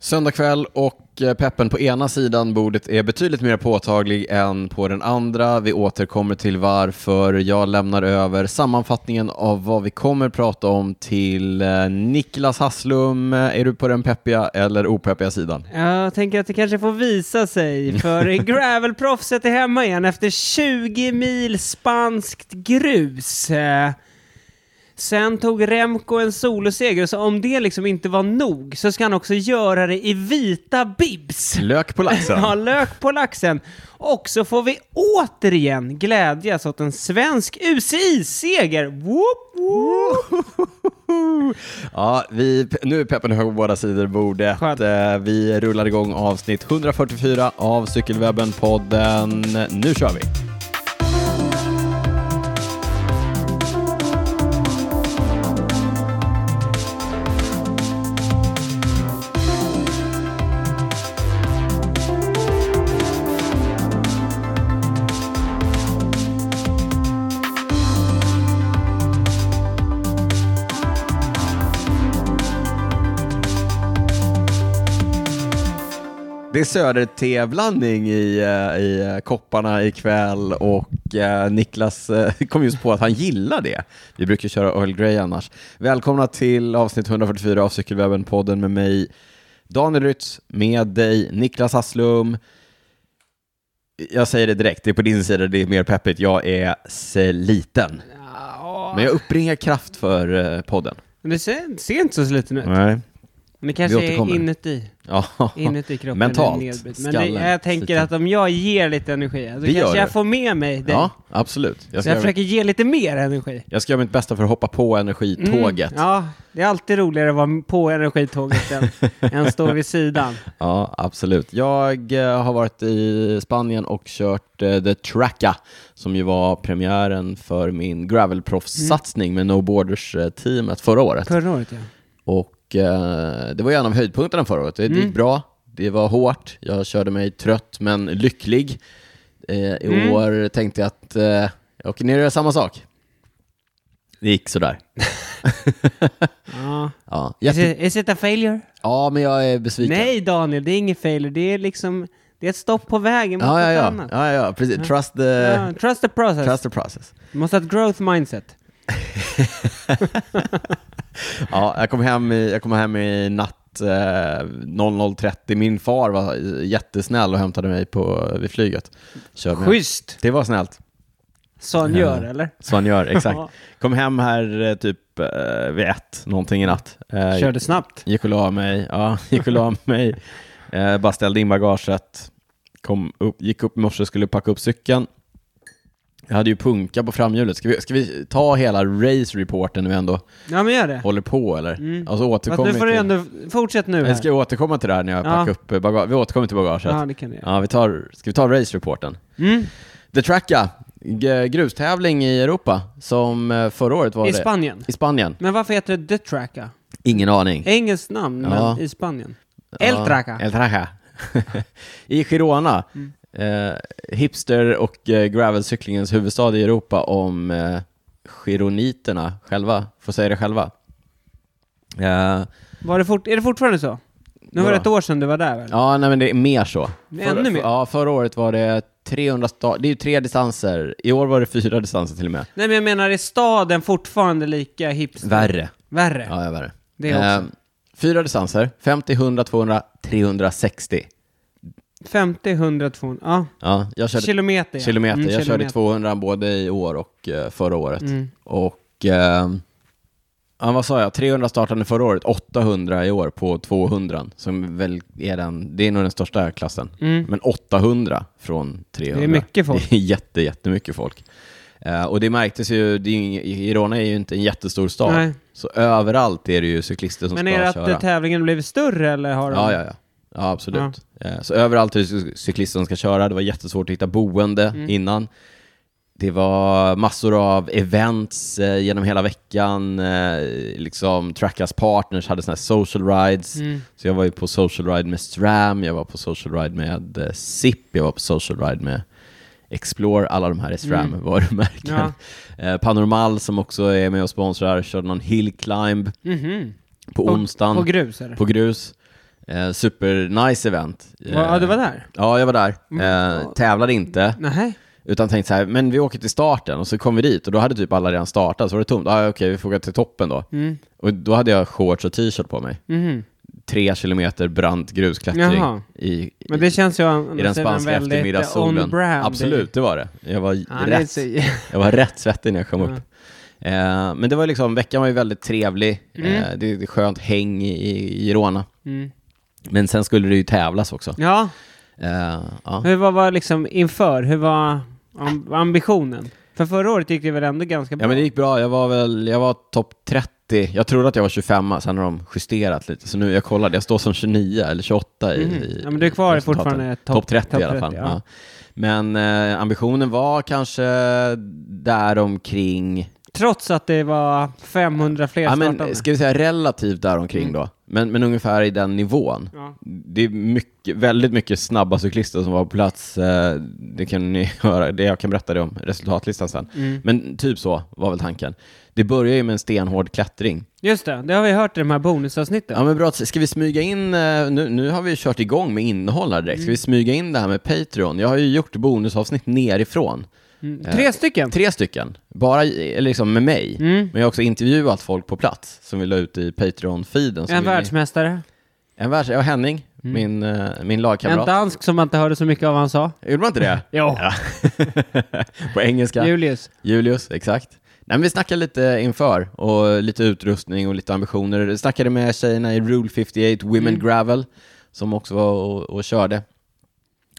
Söndag kväll och eh, peppen på ena sidan bordet är betydligt mer påtaglig än på den andra. Vi återkommer till varför. Jag lämnar över sammanfattningen av vad vi kommer prata om till eh, Niklas Hasslum. Eh, Är du på den peppiga eller opeppiga sidan? Jag tänker att det kanske får visa sig, för gravelproffset är hemma igen efter 20 mil spanskt grus. Eh, Sen tog Remco en soloseger, så om det liksom inte var nog så ska han också göra det i vita bibs. Lök på laxen. Ja, lök på laxen. Och så får vi återigen glädjas åt en svensk UCI-seger. Woop, woop. Ja, vi, nu är peppen hög på båda sidor bordet. Skönt. Eh, Vi rullar igång avsnitt 144 av Cykelwebben-podden. Nu kör vi! Det är södertävlandning i, eh, i eh, kopparna ikväll och eh, Niklas eh, kom just på att han gillar det. Vi brukar köra Earl Grey annars. Välkomna till avsnitt 144 av Cykelwebben-podden med mig Daniel Rytz, med dig Niklas Hasslum. Jag säger det direkt, det är på din sida det är mer peppigt. Jag är sliten. Ja, Men jag uppringar kraft för eh, podden. Men det ser, ser inte så sliten ut. Nej. Men det kanske Vi återkommer. är inuti. Ja. Inuti kroppen Mentalt. är nedbryt. Men det, Skallen jag tänker sitter. att om jag ger lite energi, så Det gör kanske jag du. får med mig det. ja, absolut. Jag ska, så jag göra- försöker Mm. ge lite mer energi. jag ska göra mitt bästa för att hoppa på energitåget. Ja, det är alltid roligare att vara på energitåget än, än stå vid sidan. Ja, absolut. Jag eh, har varit i Spanien och kört eh, The Tracka, som ju var premiären för min gravelproffssatsning med No Borders-teamet förra året. Förra året ja. Och eh, det var ju en av höjdpunkterna förra året. Det Mm. gick bra, det var hårt, jag körde mig trött men lycklig. Eh, I Mm. år tänkte jag att eh, jag åker ner och gör samma sak. Det gick sådär. ja. Ja, Is, jätte... it, is it a failure? ja men jag är besviken. Nej Daniel, det är ingen failure. Det är liksom, det är ett stopp på vägen mot Ja, ja, något ja. annat. ja, ja, precis. Trust the, Ja, trust the process. trust the process. Du måste ha ett growth mindset. Ja, jag kom hem i, jag kom hem i natt eh, 00.30. Min far var jättesnäll och hämtade mig på, vid flyget. Körde mig hem. Schysst, Det var snällt, sa han Ja. gör eller? så han gör. Exakt. Ja. Kom hem här eh, typ eh, vid ett, någonting i natt. Eh, Körde snabbt. Gick och la mig. Ja, gick och la mig. Eh, bara ställde in bagaget. Kom upp, gick upp i morse och skulle packa upp cykeln. Jag hade ju punka på framhjulet. Ska vi, ska vi ta hela race-reporten när vi ändå Ja men gör det. håller på eller? Mm. Alltså, Fast återkommer nu får du till- ändå, fortsätt nu här. Jag ska återkomma till det här när jag Ja. packar upp bagage. Vi återkommer till bagaget. Ja, Ja, det kan du göra. vi tar, ska vi ta race-reporten? Mm. The Tracka, g- grustävling i Europa, som eh, förra året var I det. Spanien. I Spanien. Men varför heter det The Tracker? Ingen aning. Engelskt namn, Ja. men i Spanien. El Traca. Ja, El Traca. I Girona, Mm. eh, hipster och eh, gravelcyklingens huvudstad i Europa om eh, gironiterna själva, får säga det själva. Eh, Var det fort, är det fortfarande så? Nu var det Vadå? ett år sedan du var där väl? Ja, nej, men det är mer så. Ännu mer? Ja, förra året var det 300 sta- Det är ju tre distanser. I år var det fyra distanser till och med. Nej men jag menar, är staden fortfarande lika hipster? Värre. Värre? Ja, ja värre. Eh, Det är också. fyra distanser. 50, 100, 200, 360. 50, 100, 200, ja. Ja, jag körde Kilometer ja. kilometer. Mm, jag körde kilometer. 200 både i år och eh, förra året. Mm. Och... Eh, Ja, vad sa jag? 300 startade förra året, 800 i år på 200 som väl är den, det är nog den största klassen. Mm. Men 800 från 300. Det är mycket folk. Det är jätte, jättemycket folk. Eh, och det märktes ju, det är ju, ing- Girona är ju inte en jättestor stad. Nej. Så överallt är det ju cyklister som Men ska är det att köra. köra. tävlingen blivit större eller har de... ja, ja, ja. Ja, absolut. Eh, så överallt är det cy- cyklister som ska köra. Det var jättesvårt att hitta boende Mm. innan. Det var massor av events eh, genom hela veckan. Eh, liksom Trackas Partners hade sådana här social rides. Mm. Så jag var ju på social ride med Stram, jag var på social ride med eh, SIP, jag var på social ride med Explore, alla de här är Stram Mm. varumärken. Ja. Eh, Panormal som också är med och sponsrar körde någon hill climb Mhm. på På, onsdagen på på, grus eller? grus. Eh, super nice event. Eh, Ja, du var Mm. där? Ja, jag var där. Eh, tävlade inte, Nej. utan tänkte så här, men vi åker till starten och så kom vi dit och då hade typ alla redan startat, så var det tomt. Ah, Okej, vi får gå till toppen då. Och då hade jag shorts och t-shirt på mig. Mm. Mhm. Tre kilometer brant grusklättring Jaha. i, Men det känns ju å andra i den sidan spanska väldigt eh, eftermiddagssolen. on-brand. Absolut, det var det. Jag var, Ja, det är rätt, inte så- jag var rätt svettig när jag kom upp. Eh, men det var liksom, veckan var ju väldigt trevlig. Eh, det, det är skönt häng i- i Girona. Mm. Men sen skulle det ju tävlas också. Ja, Eh, ja. hur var, var liksom inför? Hur var am- ambitionen? För förra året gick det väl ändå ganska bra? ja, men det gick bra. Jag var väl, jag var topp 30. Jag trodde att jag var 25, sen har de justerat lite. Så nu, jag kollade, jag står som 29 eller 28 i, Mhm. i Ja, men du är kvar i resultaten. fortfarande topp- topp 30 i topp alla fall. 30, ja. ja. Men eh, ambitionen var kanske däromkring Trots att det var 500 fler Ja, men, startande? ska vi säga relativt däromkring Mm. då, men, men ungefär i den nivån. Ja. Det är mycket, väldigt mycket snabba cyklister som var på plats. eh, Det kan ni höra, det jag kan berätta det om resultatlistan sen. Mm. Men typ så var väl tanken. Det börjar ju med en stenhård klättring. Just det, det har vi hört i de här bonusavsnitten. Ja, men bra, ska vi smyga in, eh, nu, nu har vi kört igång med innehåll här direkt, Mm. ska vi smyga in det här med Patreon? Jag har ju gjort bonusavsnitt nerifrån. Mm. Tre stycken? Tre stycken, bara i- eller liksom med mig. Mm. Men jag har också intervjuat folk på plats som vi la ut i Patreon-feeden. som En Mm. vi- världsmästare? En världs... Ja, Henning, min, eh, min lagkamrat. En dansk som man inte hörde så mycket av vad han sa? Gjorde man inte det? Jo, Ja. på engelska. Julius. Julius, exakt. Nej, men vi snackade lite inför och lite utrustning och lite ambitioner. Vi snackade med tjejerna i Rule 58, Women Mm. Gravel, som också var och, och körde.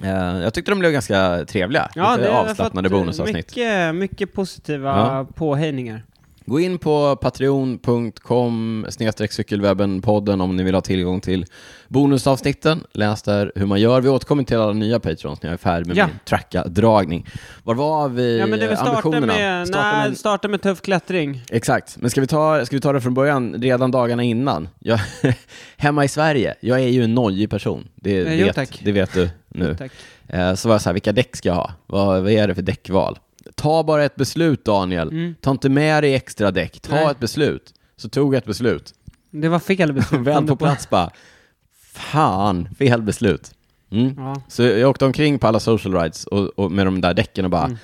Eh, jag tyckte de blev ganska trevliga. lite har avslappnade fått bonusavsnitt. Mycket, mycket positiva Ja. påhejningar. Gå in på patreon.com cykelwebben-podden om ni vill ha tillgång till bonusavsnitten. Läs där hur man gör. Vi återkommer till alla nya patrons när jag är färdig med Ja. min tracka-dragning. Var var vi Ja, men det vill eh, starta ambitionerna? med, Starta med- nej, starta med tuff klättring. Exakt, men ska vi, ta, ska vi ta det från början, redan dagarna innan? Jag, hemma i Sverige, jag är ju en nojig person, det, Eh, jo, vet, tack. det vet du nu. Tack. Eh, Så var jag så här, vilka däck ska jag ha? Vad, vad är det för däckval? Ta bara ett beslut Daniel, ta inte med dig extra däck, ta Mm. Nej. ett beslut. Så tog jag ett beslut, Det var fel beslut. väl på plats bara, fan, fel beslut. Mm. Ja. Så jag åkte omkring på alla social rides och, och med de där däcken och bara,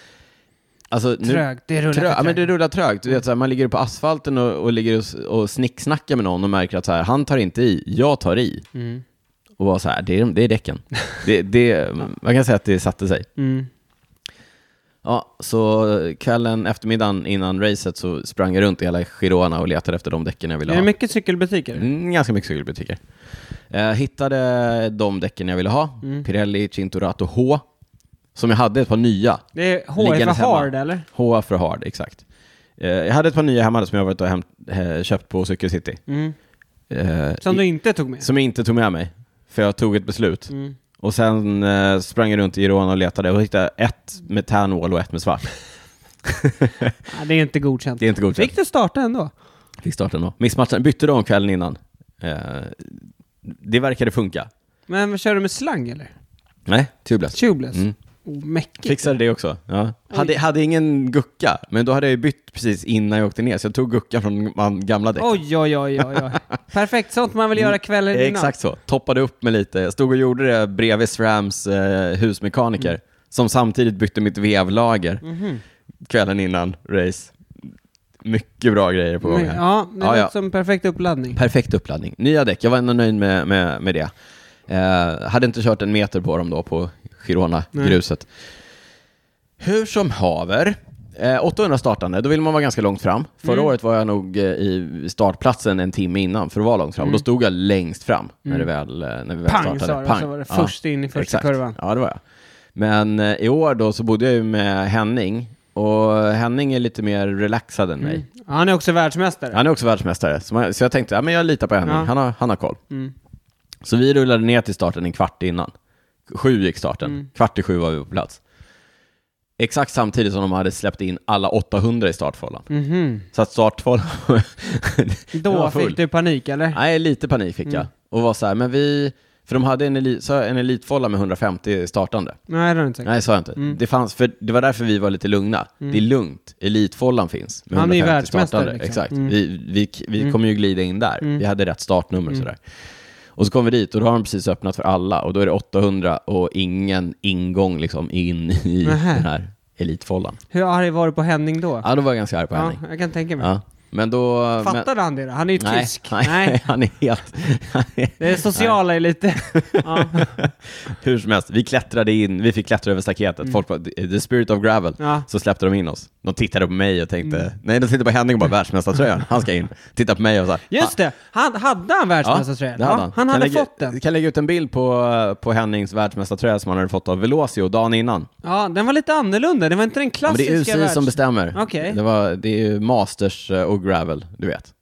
alltså, nu, Trögt, det Mm. rullar för Trö- ja, men trögt. det rullar trögt. Du vet, så här, man ligger på asfalten och, och ligger och, s- och snicksnackar med någon och märker att så här, han tar inte i, jag tar i. Mm. Och var så här, det är, det är däcken. Det, det, man kan säga att det satte sig. Mm. Ja, så kvällen, eftermiddagen innan racet så sprang jag runt i hela Girona och letade efter de däcken jag ville Är ha. det mycket cykelbutiker? Mm, ganska mycket cykelbutiker. Eh, hittade de däcken jag ville ha, Mm. Pirelli Cinturato H, som jag hade ett par nya. Det är HF Liggandes hemma. Hard eller? HF för Hard, exakt. Eh, jag hade ett par nya hemma som jag varit och hämt, eh, köpt på Cykelcity. Mm. Eh, Som du inte tog med? som jag inte tog med mig, för jag tog ett beslut. Mm. Och sen eh, sprang jag runt i Girona och letade och hittade ett med tärnål och ett med svart. Ja, det är inte godkänt. Det är inte godkänt. Fick du starta ändå? Fick starten då. Missmatchen bytte de kvällen innan. Eh, det verkade funka. Men vad kör du med slang eller? Nej, tubeless. Tubeless? Mm. Oh, mäckigt. Fixade det också. Ja. Hade, hade ingen gucka, men då hade jag ju bytt precis innan jag åkte ner, så jag tog guckan från man gamla däck. Oj, oj, oj, oj, oj. Perfekt, sånt man vill göra kvällen innan. Exakt så. Toppade upp mig lite. Jag stod och gjorde det bredvid Srams eh, husmekaniker, Mm. som samtidigt bytte mitt vevlager Mhm. kvällen innan race. Mycket bra grejer på gång här. Ja, det Ja, låter ja. som perfekt uppladdning. Perfekt uppladdning. Nya däck, jag var ändå nöjd med, med, med det. Eh, hade inte kört en meter på dem då på Girona-gruset. Hur som haver, eh, 800 startande, då vill man vara ganska långt fram. Förra Mm. året var jag nog eh, i startplatsen en timme innan för att vara långt fram. Då stod jag längst fram när, det väl, eh, när vi väl Mm. Pang, startade. sa du, och så var det först in i första exakt. kurvan. Ja, det var jag. Men eh, i år då så bodde jag ju med Henning och Henning är lite mer relaxad än mig. Mm. Han är också världsmästare. Han är också världsmästare, så, man, så jag tänkte ja, men jag litar på Henning, Ja. han, har, han har koll. Mm. Så vi rullade ner till starten en kvart innan. Sju gick starten, Mm. kvart i sju var vi på plats. Exakt samtidigt som de hade släppt in alla 800 i startfållan. Mhm. Så att startfållan den var Då full. fick du panik eller? Nej, lite panik fick Mm. jag. Och var så här, men vi... För de hade en, elit, så en elitfålla med 150 startande. Nej, det har du inte sagt. Nej, sa jag inte. Mm. Det, fanns, för det var därför vi var lite lugna. Det är lugnt. Elitfållan finns. med Han är ju 150 världsmästare, startande. liksom. Mm. Exakt. Vi, vi, vi kommer ju glida in där. Vi hade rätt startnummer och sådär. Och så kommer vi dit och då har de precis öppnat för alla och då är det 800 och ingen ingång liksom in i Nähä. den här elitfållan. Hur arg var du på Henning då? Ja, då var jag ganska arg på Ja, Henning. jag kan tänka mig. Ja. Men då... men, Fattade han det då? Han är ju nej, tysk. Nej, Nej. han är helt... han är- Det sociala är lite... ja. Hur som helst, vi klättrade in, vi fick klättra över staketet. Folk bara, the spirit of gravel. Mm. Ja. Mm. Så släppte de in oss. De tittade på mig och tänkte, nej de tittade på Henning och bara världsmästartröjan, han ska in. Tittade på mig och så här, Just det! Han, hade han världsmästartröjan? det hade han. hade lägga, fått den. Kan lägga ut en bild på, på Hennings världsmästartröja som han hade fått av Velocio dagen innan. Ja, den var lite annorlunda. Det var inte den Ja, men det klassiska är UCI som bestämmer. Okej. Det, var, det är ju Masters eh, och Gravel, du vet.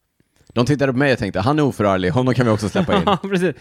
De tittade på mig och tänkte, han är oförarglig, honom kan vi också släppa in. Ja, precis.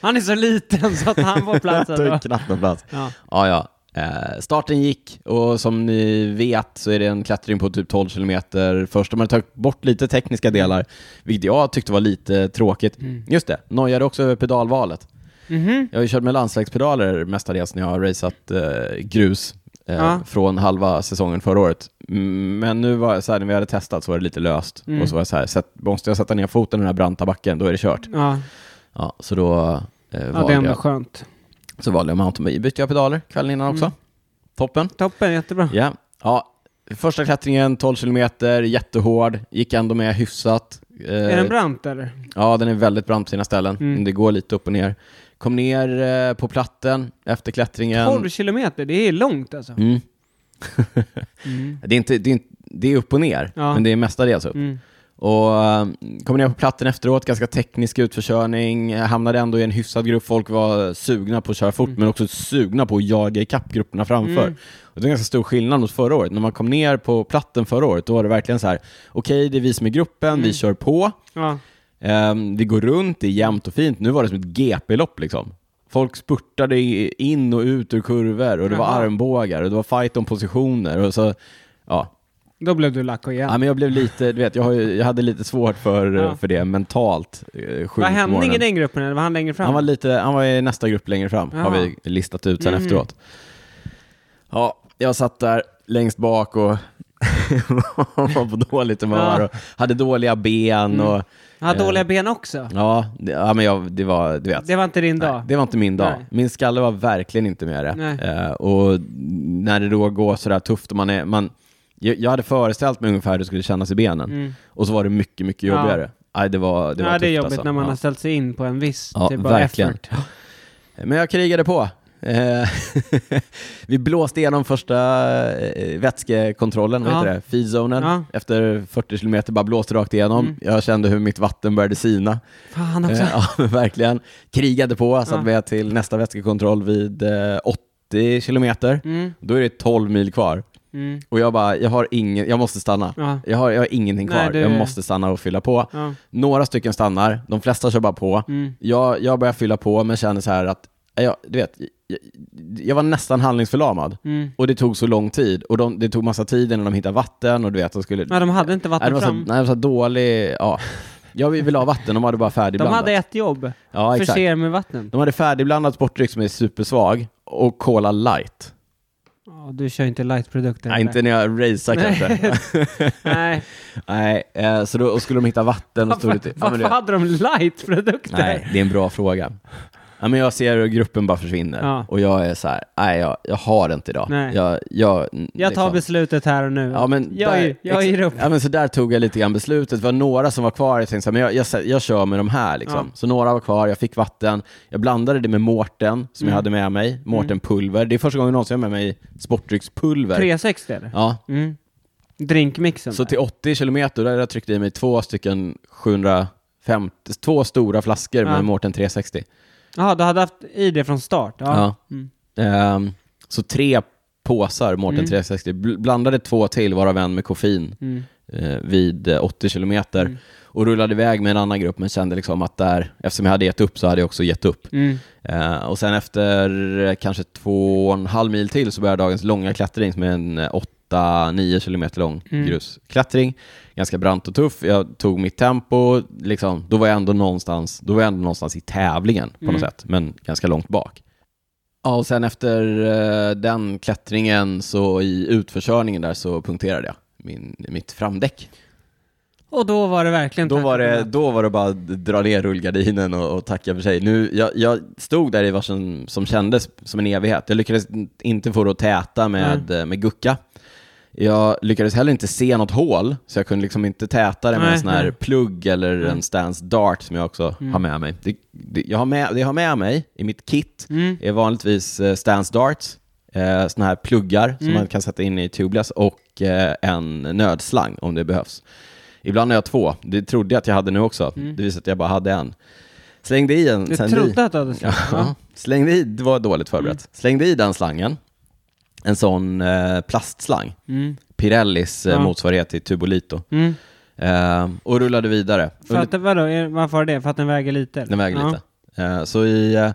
Han är så liten så att han får plats Tog ändå. knappt någon plats. Ja. Ja, ja. Eh, starten gick och som ni vet så är det en klättring på typ 12 kilometer. Först har man tagit bort lite tekniska delar, vilket jag tyckte var lite tråkigt. Mm. Just det, nojade också över pedalvalet. Mhm. Jag har ju kört med landsvägspedaler mestadels när jag har raceat eh, grus eh, Ja. från halva säsongen förra året. Mm, Men nu var jag så här, när vi hade testat så var det lite löst. Mm. Och så var jag så här, sätt, måste jag sätta ner foten i den här branta backen, då är det kört. Ja, Ja, så då eh, Mm. ja valde det är ändå jag skönt. så valde jag mountainbike. Bytte jag pedaler kvällen innan Mm. också. Toppen. Toppen, jättebra. Ja. ja. Första klättringen, 12 kilometer, jättehård. Gick ändå med hyfsat. Eh, Är den brant eller? Ja, den är väldigt brant på sina ställen. Mm. Men Det går lite upp och ner. Kom ner eh, på platten efter klättringen. 12 kilometer, det är långt alltså. Mm. Mm. Det, är inte, det, är inte, det är upp och ner, Ja. men det är mestadels upp. Mm. Och eh, kom ner på platten efteråt, ganska teknisk utförkörning. Eh, Hamnade ändå i en hyfsad grupp. Folk var sugna på att köra fort, men också sugna på att jaga ikapp grupperna framför. Mm. Och det är en ganska stor skillnad mot förra året. När man kom ner på platten förra året, då var det verkligen så här, okej, det är vi som är gruppen, Mm. vi kör på. Ja. Ehm, vi går runt, det är jämnt och fint. Nu var det som ett GP-lopp liksom. Folk spurtade i- in och ut ur kurvor och det var Jaha. armbågar och det var fight om positioner och så, ja. Då blev du lack och igen. ja men jag blev lite, du vet, jag, har ju, jag hade lite svårt för, Ja. för det mentalt. eh, sju var på Henning i morgonen. den gruppen eller var han längre fram? Han var, lite, han var i nästa grupp längre fram, har Jaha. vi listat ut sen Mm. efteråt. Ja, jag satt där längst bak och var på dåligt humör Ja. Mm. och hade dåliga ben och Han Eh. hade dåliga ben också. ja, det, ja men jag, det var, du vet. Det var inte din Nej, dag. det var inte min dag. Nej. Min skalle var verkligen inte med det. Nej. Eh, och när det då går sådär tufft och man är... Man, jag, jag hade föreställt mig ungefär hur det skulle kännas i benen. Mm. Och så var det mycket, mycket Ja. jobbigare. Nej, det var, det Det, var ja, det är tufft jobbigt alltså. när man ja. har ställt sig in på en viss Ja, typ av verkligen. effort. Men jag krigade på. Eh, vi blåste igenom första eh, vätskekontrollen, vad Ja. heter det? feedzonen. Ja. Efter 40 kilometer bara blåste rakt igenom. Mm. Jag kände hur mitt vatten började sina. Fan också. Eh, ja, men verkligen. Krigade på, satt Ja. med till nästa vätskekontroll vid eh, 80 kilometer. Mm, Då är det 12 mil kvar. mm, Och jag bara, jag har ingen, jag måste stanna. ja, Jag har, jag har ingenting Nej, kvar, det- jag måste stanna och fylla på. ja, Några stycken stannar, de flesta kör bara på. mm, Jag, jag börjar fylla på men känner så här att, eh, jag, du vet, jag, jag var nästan handlingsförlamad. mm. Och det tog så lång tid. Och de, det tog massa tid innan de hittade vatten och du vet, de skulle... ja, de hade inte nej, det vatten var så, fram. nej, det var så dålig, ja. Jag ville ha vatten, de hade bara De färdigblandat. hade ett jobb. alltså. ja, Förse exakt. er med vatten. De hade färdigblandat sportdryck som är supersvag och Cola light. Ja, du kör ju inte lightprodukter. Nej, inte när jag racear Nej. kanske. Nej. Nej, eh, så då och skulle de hitta vatten och stod det till. Ja, men Varför du vet. hade de lightprodukter? Nej, det är en bra fråga. Ja, men jag ser hur gruppen bara försvinner Ja. och jag är så här, nej jag, jag har det inte idag. Nej. Jag, jag, Jag tar liksom. beslutet här och nu. Ja, men jag, där, är- jag ger upp. Ja, men så där tog jag lite grann beslutet. Det var några som var kvar. Jag tänkte så här, men jag, jag, jag kör med de här. Liksom. Ja. Så några var kvar, jag fick vatten. Jag blandade det med Mårten som jag Mm. hade med mig. Mårten pulver. Det är första gången någonsin jag har med mig sportdryckspulver. 360 eller? Ja. Mm. Drinkmixen. Så där. till 80 kilometer där jag tryckte i mig två stycken 750, två stora flaskor Ja. med Mårten 360. Ja, du hade haft i det från start? Ja. Mm. Ehm, så tre påsar Mårten Mm. 360. Bl- blandade två till, varav en med koffein. Mm. eh, vid eh, 80 kilometer Mm. och rullade iväg med en annan grupp men kände liksom att där, eftersom jag hade gett upp så hade jag också gett upp. Mm. Eh, och sen efter eh, kanske två och en halv mil till så började dagens långa klättring som är en eh, 8-9 kilometer lång Mm. grusklättring. Ganska brant och tuff. Jag tog mitt tempo, liksom, då, var jag ändå någonstans, då var jag ändå någonstans i tävlingen på Mm. något sätt, men ganska långt bak. Ja, och sen efter eh, den klättringen så i utförkörningen där så punkterade jag min, mitt framdäck. Och då var det verkligen Då tack var, och det, godnatt. då var det bara att dra ner rullgardinen och, och tacka för sig. Nu, jag, jag stod där i vad som, som kändes som en evighet. Jag lyckades inte få det att täta med, eh, med gucka. Jag lyckades heller inte se något hål, så jag kunde liksom inte täta det med Nej, en sån här nej. plugg eller Nej. Mm. en Stance Dart som jag också har med mig. Det, det, jag har med, det jag har med mig i mitt kit Mm. är vanligtvis eh, Stance Darts, eh, såna här pluggar som Mm. man kan sätta in i tubeless och eh, en nödslang om det behövs. Ibland har jag två. Det trodde jag att jag hade nu också. Det visade att jag bara hade en. Slängde i en. Mm. Du sen i. trodde att Mm. du hade Ja. släppt ja. Slängde i, det var dåligt förberett. Slängde i den slangen. En sån eh, plastslang. Mm. Pirellis eh, Ja. motsvarighet till Tubolito. Mm. Eh, och rullade vidare. För att, vadå, är- varför har det? För att den väger lite? eller? Den väger ja. lite. Eh, Så i, eh,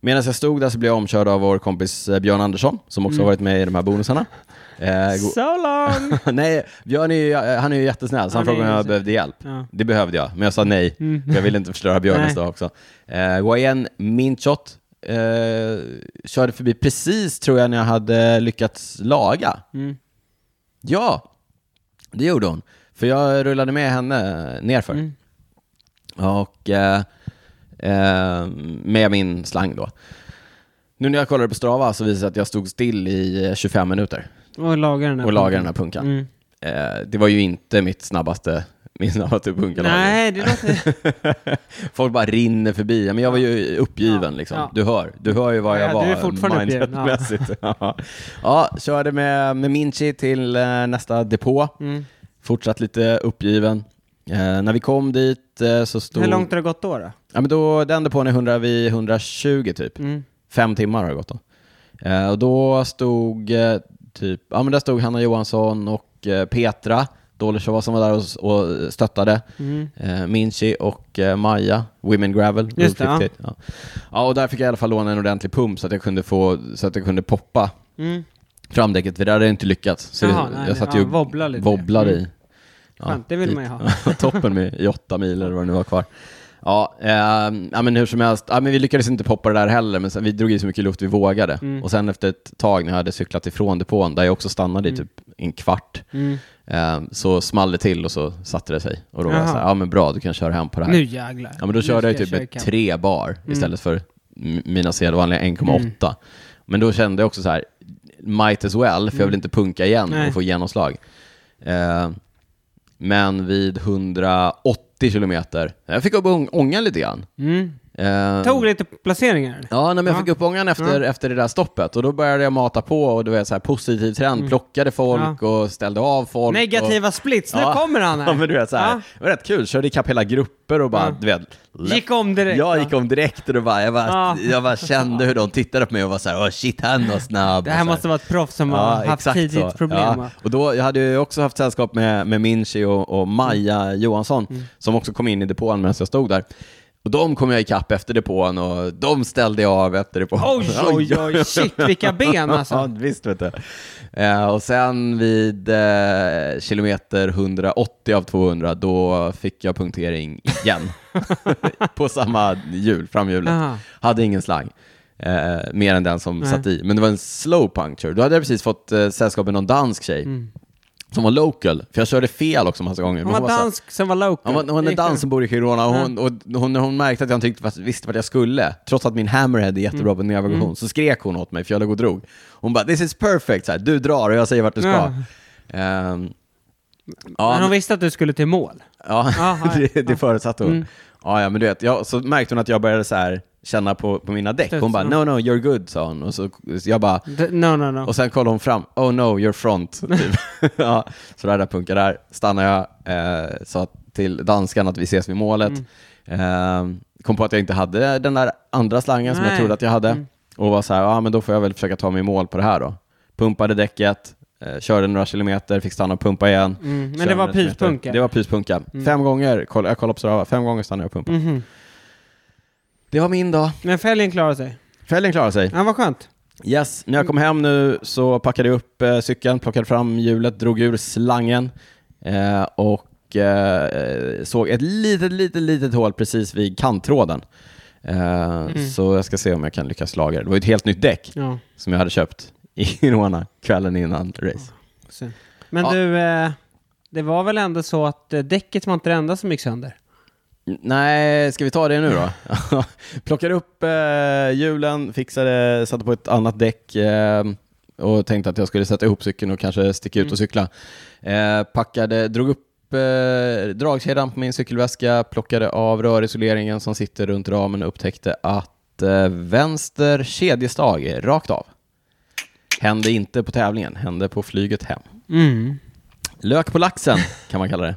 medan jag stod där så blev jag omkörd av vår kompis eh, Björn Andersson, som också Mm. har varit med i de här bonusarna. Eh, go- So long! nej, Björn är ju, eh, han är ju jättesnäll, så han Han är frågade om ju jag så- behövde hjälp. Ja. Det behövde jag, men jag sa nej. Mm. för Jag ville inte förstöra Björnens Nej. dag också. Eh, Wayne Minchot eh, körde förbi precis, tror jag, när jag hade lyckats laga. Mm. Ja, det gjorde hon. För jag rullade med henne nerför. Mm. Och eh, eh, med min slang då. Nu när jag kollade på Strava så visade det att jag stod still i eh, 25 minuter Och lagar den här och lagade den punkten. här punkan. Mm. Eh, det var ju inte mitt snabbaste, min snabbaste punkalagring. Nej, det låter... Folk bara rinner förbi. Ja, Men jag var ju uppgiven Ja, liksom. ja. Du hör, du hör ju vad Ja, jag du var är fortfarande uppgiven, ja. mindsetmässigt. Ja. ja, körde med, med Minchi till eh, nästa depå. Mm. Fortsatt lite uppgiven. Eh, när vi kom dit eh, så stod... Hur långt har det gått då? då? Ja, men då, den depån är 100 vid 120 typ. Mm. Fem timmar har det gått då. Eh, och då stod eh, typ, ja men där stod Hanna Johansson och eh, Petra Doleshova som var där och, och stöttade. Mm. Eh, Minchi och eh, Maja, Women Gravel. Just Rule det, 50. ja. ja, och där fick jag i alla fall låna en ordentlig pump så att jag kunde, få, så att jag kunde poppa Mm. framdäcket, för det hade jag inte lyckats. Så Jaha, det, nej, jag det- satt ja, ju wobbla lite. wobblade i. Skönt, det vill man ju ha. Ja, Toppen med i åtta mil eller vad det nu var kvar. Ja, eh, ja men hur som helst, ja, men vi lyckades inte poppa det där heller, men sen, vi drog i så mycket luft vi vågade. Mm. Och sen efter ett tag när jag hade cyklat ifrån depån, där jag också stannade i Mm. typ en kvart, Mm. eh, så small det till och så satte det sig. Och då var jag Jaha. så här, ja men bra, du kan köra hem på det här. Nu jävlar. Ja, men då Nu körde jag ju ska typ köra Mm. ett ikapp. tre bar istället för m- mina sedvanliga 1,8. Men då kände jag också så här, might as well, för jag vill inte punka igen Mm. Nej. och få genomslag. Eh, men vid 180 kilometer, jag fick upp ång- ångan lite grann. Mm. Eh, Tog lite placeringar. Ja, nej, men jag Ja. fick upp ångan efter, efter det där stoppet och då började jag mata på och du vet så här positiv trend, plockade folk och ställde av folk. Och... Mm. Negativa splits, nu Ja. kommer han här. Ja, men du vet så här, Ja. det var rätt kul, körde ikapp hela grupper och bara, Ja. du vet, left Gick om direkt. jag va? gick om direkt och det bara, jag, bara, Ja. jag bara kände hur de tittade på mig och var så här, Åh, shit han var snabb. Det här Och så måste vara ett proffs som har haft exakt tidigt så. problem. Ja. va? Och då, jag hade ju också haft sällskap med, med Minchi och, Mm. och Maja Johansson som också kom in i depån medan jag stod där. Och de kom jag ikapp efter depån och de ställde jag av efter depån. Oj, oj, oj, shit vilka ben Ja, alltså. visst vet du. Eh, och sen vid eh, kilometer 180 av 200, då fick jag punktering igen. på samma hjul, framhjulet. Aha. Hade ingen slang. Eh, mer än den som Nej. satt i. Men det var en slow puncture. Då hade jag precis fått eh, sällskap med någon dansk tjej. Som var local. För jag körde fel också massa gånger. Men Mm. Hon var så här- dansk som var local. Ja, hon, hon är Gick det? dans som bor i Kiruna och hon, och hon, när hon märkte att jag inte riktigt fast- visste vart jag skulle, trots att min hammerhead är jättebra Mm. på navigation, så skrek hon åt mig för jag låg och drog. Hon bara “this is perfect”, så här, du drar och jag säger vart du ska. Ja. Ehm, Men ja, hon visste att du skulle till mål. ja Aha, det, det ja. Mm. förutsatte hon. Ja, ja, men du vet, ja, så märkte hon att jag började så här, känna på, på mina däck. Hon Stöts, bara “no, ja. no, you're good” sa hon. Och så, så jag bara D- No, no, no. och sen kollade hon fram, oh no, you're front. Typ. ja, så där, där punkar där. Stannade jag, eh, sa till danskan att vi ses vid målet. Mm. Eh, kom på att jag inte hade den där andra slangen som jag Nej. Mm. trodde att jag hade. Och var så här, ja ah, men då får jag väl försöka ta mig i mål på det här då. Pumpade däcket, eh, körde några kilometer, fick stanna och pumpa igen. Mm, men Körde det var några kilometer. pyspunka. Mm. Det var pyspunka. Fem gånger, koll, jag kollade på Strava, fem gånger stannade jag och pumpade. Mhm. Det var min dag. Men fälgen klarade sig. Fälgen klarade sig. Ja, vad skönt. Yes, när jag kom hem nu så packade jag upp eh, cykeln, plockade fram hjulet, drog ur slangen eh, och eh, såg ett litet, litet, litet hål precis vid kanttråden. Eh, Mm. Så jag ska se om jag kan lyckas laga det. Det var ett helt nytt däck Ja, som jag hade köpt i Kiruna kvällen innan race. synd. Men Ja. du, eh, Det var väl ändå så att eh, däcket var inte det enda som gick sönder? Nej, ska vi ta det nu då? Plockade upp eh, hjulen, fixade, satte på ett annat däck eh, och tänkte att jag skulle sätta ihop cykeln och kanske sticka ut och cykla. Eh, packade, drog upp eh, dragkedjan på min cykelväska, plockade av rörisoleringen som sitter runt ramen och upptäckte att eh, vänster kedjestag är rakt av. Hände inte på tävlingen, hände på flyget hem. Mm. Lök på laxen kan man kalla det.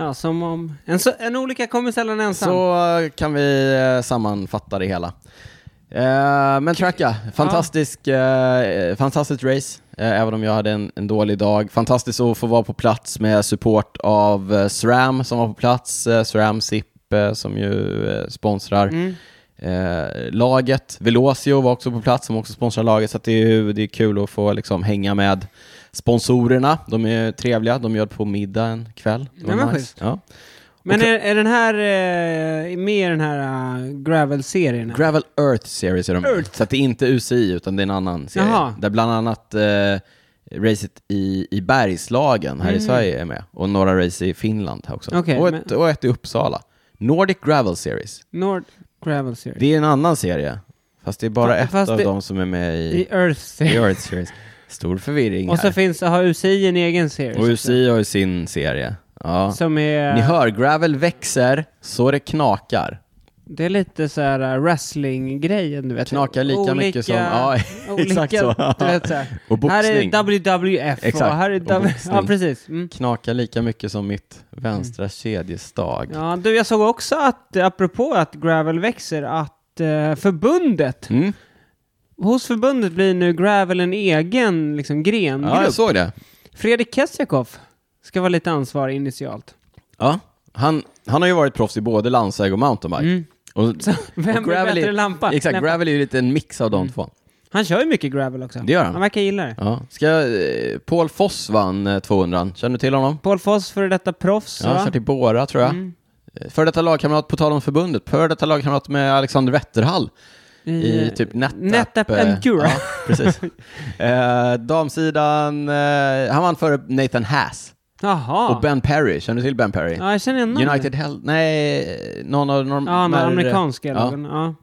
Ja, som om... En, så, en olycka kommer sällan ensam. Så eh, kan vi eh, sammanfatta det hela. Eh, men Tracka, fantastisk, eh, fantastiskt race, eh, även om jag hade en, en dålig dag. Fantastiskt att få vara på plats med support av eh, SRAM som var på plats, eh, SRAM SIP eh, som ju eh, sponsrar Mm. eh, laget. Velocio var också på plats som också sponsrar laget, så att det, är, ju- det är kul att få liksom, hänga med sponsorerna. De är trevliga, de bjöd på middag en kväll. Det var Nej, men nice. schysst. Ja. Men Och- är, är den här eh, med i den här eh, Gravel-serien? Gravel Earth Series är de. Earth. Så att det är inte UCI utan det är en annan serie. Jaha. Där bland annat eh, racet i, i Bergslagen här i Sverige är med. Och några race i Finland här också. Mm. Okej, och, ett, och ett i Uppsala. Nordic Gravel Series. Nord Gravel Series. Det är en annan serie. Fast det är bara Fa- ett fast av det- dem som är med I i, Earth i Series. Earth Series. Stor förvirring Och så här. finns, har UCI en egen serie. Och UCI har ju sin serie. Ja. Som är... Ni hör, gravel växer så det knakar. Det är lite så här eh, wrestling-grejen du vet. Knakar lika olika, mycket som- ja, exakt olika, så. Du vet, så här. Och här är boxning. WWF Exakt, och här är och W... boxning. Ja, precis. Mm. Knakar lika mycket som mitt vänstra kedjestag. Ja, du, jag såg också att, eh, apropå att Gravel växer, att eh, förbundet, Mm. hos förbundet blir nu Gravel en egen liksom, grengrupp. Ja, jag såg det. Fredrik Kessiakoff ska vara lite ansvarig initialt. Ja. Han, han har ju varit proffs i både landsväg och Mm. mountainbike. Och, Vem är gravel bättre lampa? Exakt, Lämpa. gravel är ju lite en mix av de Mm. två. Han kör ju mycket gravel också. Det gör han. Han verkar gilla det. Ja. Ska, eh, Paul Foss vann eh, 200 Känner du till honom? Paul Foss, före detta proffs. Ja, han va? kör till Bora tror jag. Mm. Eh, Före detta lagkamrat, på tal om förbundet, före detta lagkamrat med Alexander Wetterhall i I- eh, typ NetApp. NetApp eh, Endura. Ja, precis. eh, damsidan, eh, han vann före Nathan Haas Jaha. och Ben Perry. Känner du till Ben Perry? ja, jag känner igen namnet. United Health, nej, någon av de Ja, han här- har amerikanska ja. lagen. Ja.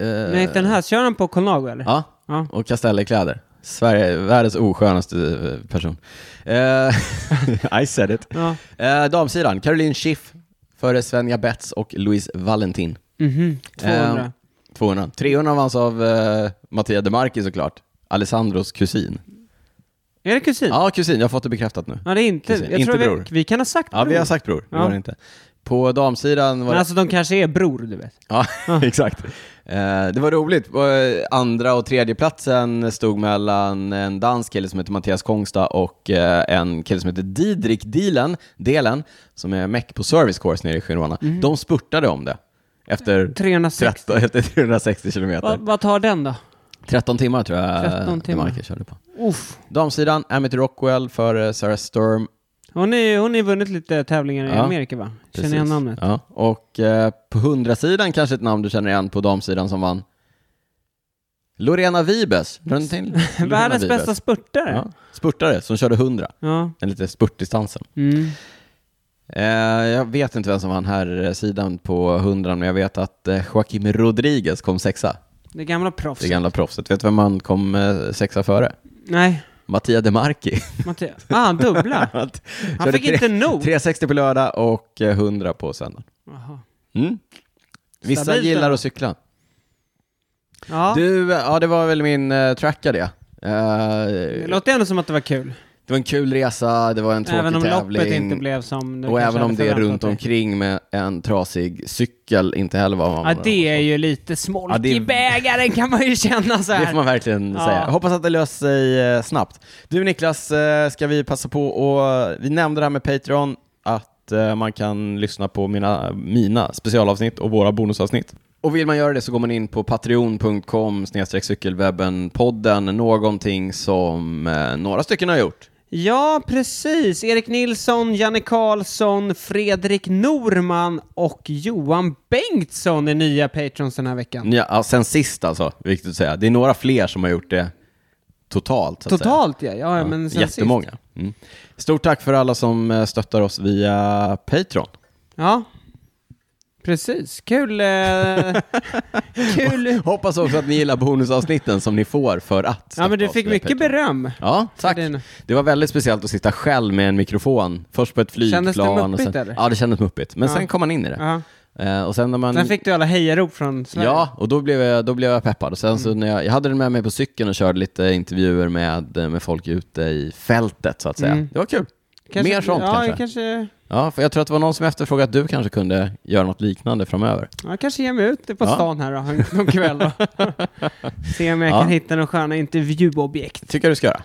eh, Nej, den här, kör han på Colnago eller? Ja, Ja. och Castelli-kläder. Sverige, världens oskönaste eh, person. Eh, I said it. ja. Eh, damsidan, Caroline Schiff före Svenja Betts och Louise Valentin. Mhm, 200. Eh, 200. 300 vanns av eh, Mattia De Marchi såklart. Alessandros kusin. Är det kusin? Ja, kusin. Jag har fått det bekräftat nu. Ja, det är inte. Kusin, Jag inte tror bror. vi, vi kan ha sagt Ja, bror. vi har sagt bror. Det Ja. var det inte. På damsidan var Men det... alltså de kanske är bror, du vet. Ja, exakt. Eh, det var roligt. Eh, Andra och tredje platsen stod mellan en dansk kille som heter Mattias Kongsta och eh, en kille som heter Didrik Dielen, Delen, som är meck på Service Course nere i Girona. De spurtade om det efter, 360. 13, efter 360 kilometer. Vad vad tar den då? 13 timmar tror jag 13 De timmar. Marker körde på. Uff. Damsidan, Amity Rockwell för Sarah Sturm. Hon har ju hon har ju vunnit lite tävlingar i Ja, Amerika, va? Känner Precis. igen namnet. Ja. Och eh, på hundrasidan kanske ett namn du känner igen på damsidan som vann. Lorena Vibes. Känner du till? Lorena Världens Wibes? bästa spurtare. Ja. Spurtare som körde 100, Ja. den lite spurtdistansen. Mm. Eh, jag vet inte vem som vann här eh, sidan på 100, men jag vet att eh, Joaquim Rodriguez kom sexa, Det gamla proffs. det gamla proffset. Vet du vem han kom eh, sexa före? Nej, Mattia De Marchi. Mattias. Ah, han dubbla. Han Han fick inte nog. 360 på lördag och eh, 100 på söndag. Jaha. Mm. Vissa Stabilt gillar ändå. att cykla. Ja, Du, eh, ja det var väl min eh, tracka det. Eh, det låter ändå som att det var kul. det var en kul resa, det var en tråkig Även om tävling. loppet inte blev som du och kanske även om hade det förväntat runt dig. omkring med en trasig cykel inte heller var vad man Ja, det är ju lite smolk Ja, det- i bägaren kan man ju känna så Det får här. man verkligen Ja. säga. Jag hoppas att det löser sig eh, snabbt. Du Niklas, eh, ska vi passa på och eh, vi nämnde det här med Patreon, att eh, man kan lyssna på mina, mina specialavsnitt och våra bonusavsnitt. Och vill man göra det så går man in på patreon.com cykelwebben-podden, någonting som eh, några stycken har gjort. Ja, precis. Erik Nilsson, Janne Karlsson, Fredrik Norman och Johan Bengtsson är nya patrons den här veckan. Ja, ja, sen sist alltså, viktigt att säga. Det är några fler som har gjort det totalt. Så att säga. Totalt ja. ja, Ja, men sen Sist. jättemånga. Mm. Stort tack för alla som eh, stöttar oss via Patreon. Ja, precis. Kul. Eh, kul. Hoppas också att ni gillar bonusavsnitten som ni får för att Ja, men stötta du oss fick via mycket Patreon. beröm. Ja, tack. din- Det var väldigt speciellt att sitta själv med en mikrofon. Först på ett flygplan. Kändes det och sen... muppigt, eller? Ja, det kändes muppigt. Men Ja. sen kom man in i det. Ja. Eh, och sen när man... Sen fick du alla hejarop från Sverige. Ja, och då blev jag, då blev jag peppad. Och sen så Mm. när jag, jag hade den med mig på cykeln och körde lite intervjuer med, eh, med folk ute i fältet så att säga. Mm. Det var kul. Mer sånt ja, kanske. Jag kanske. Ja, för jag tror att det var någon som efterfrågade att du kanske kunde göra något liknande framöver. Ja, jag kanske ger mig ut på Ja. stan här då, någon kväll då. Se om jag Ja. kan hitta några sköna intervjuobjekt. tycker jag du ska göra.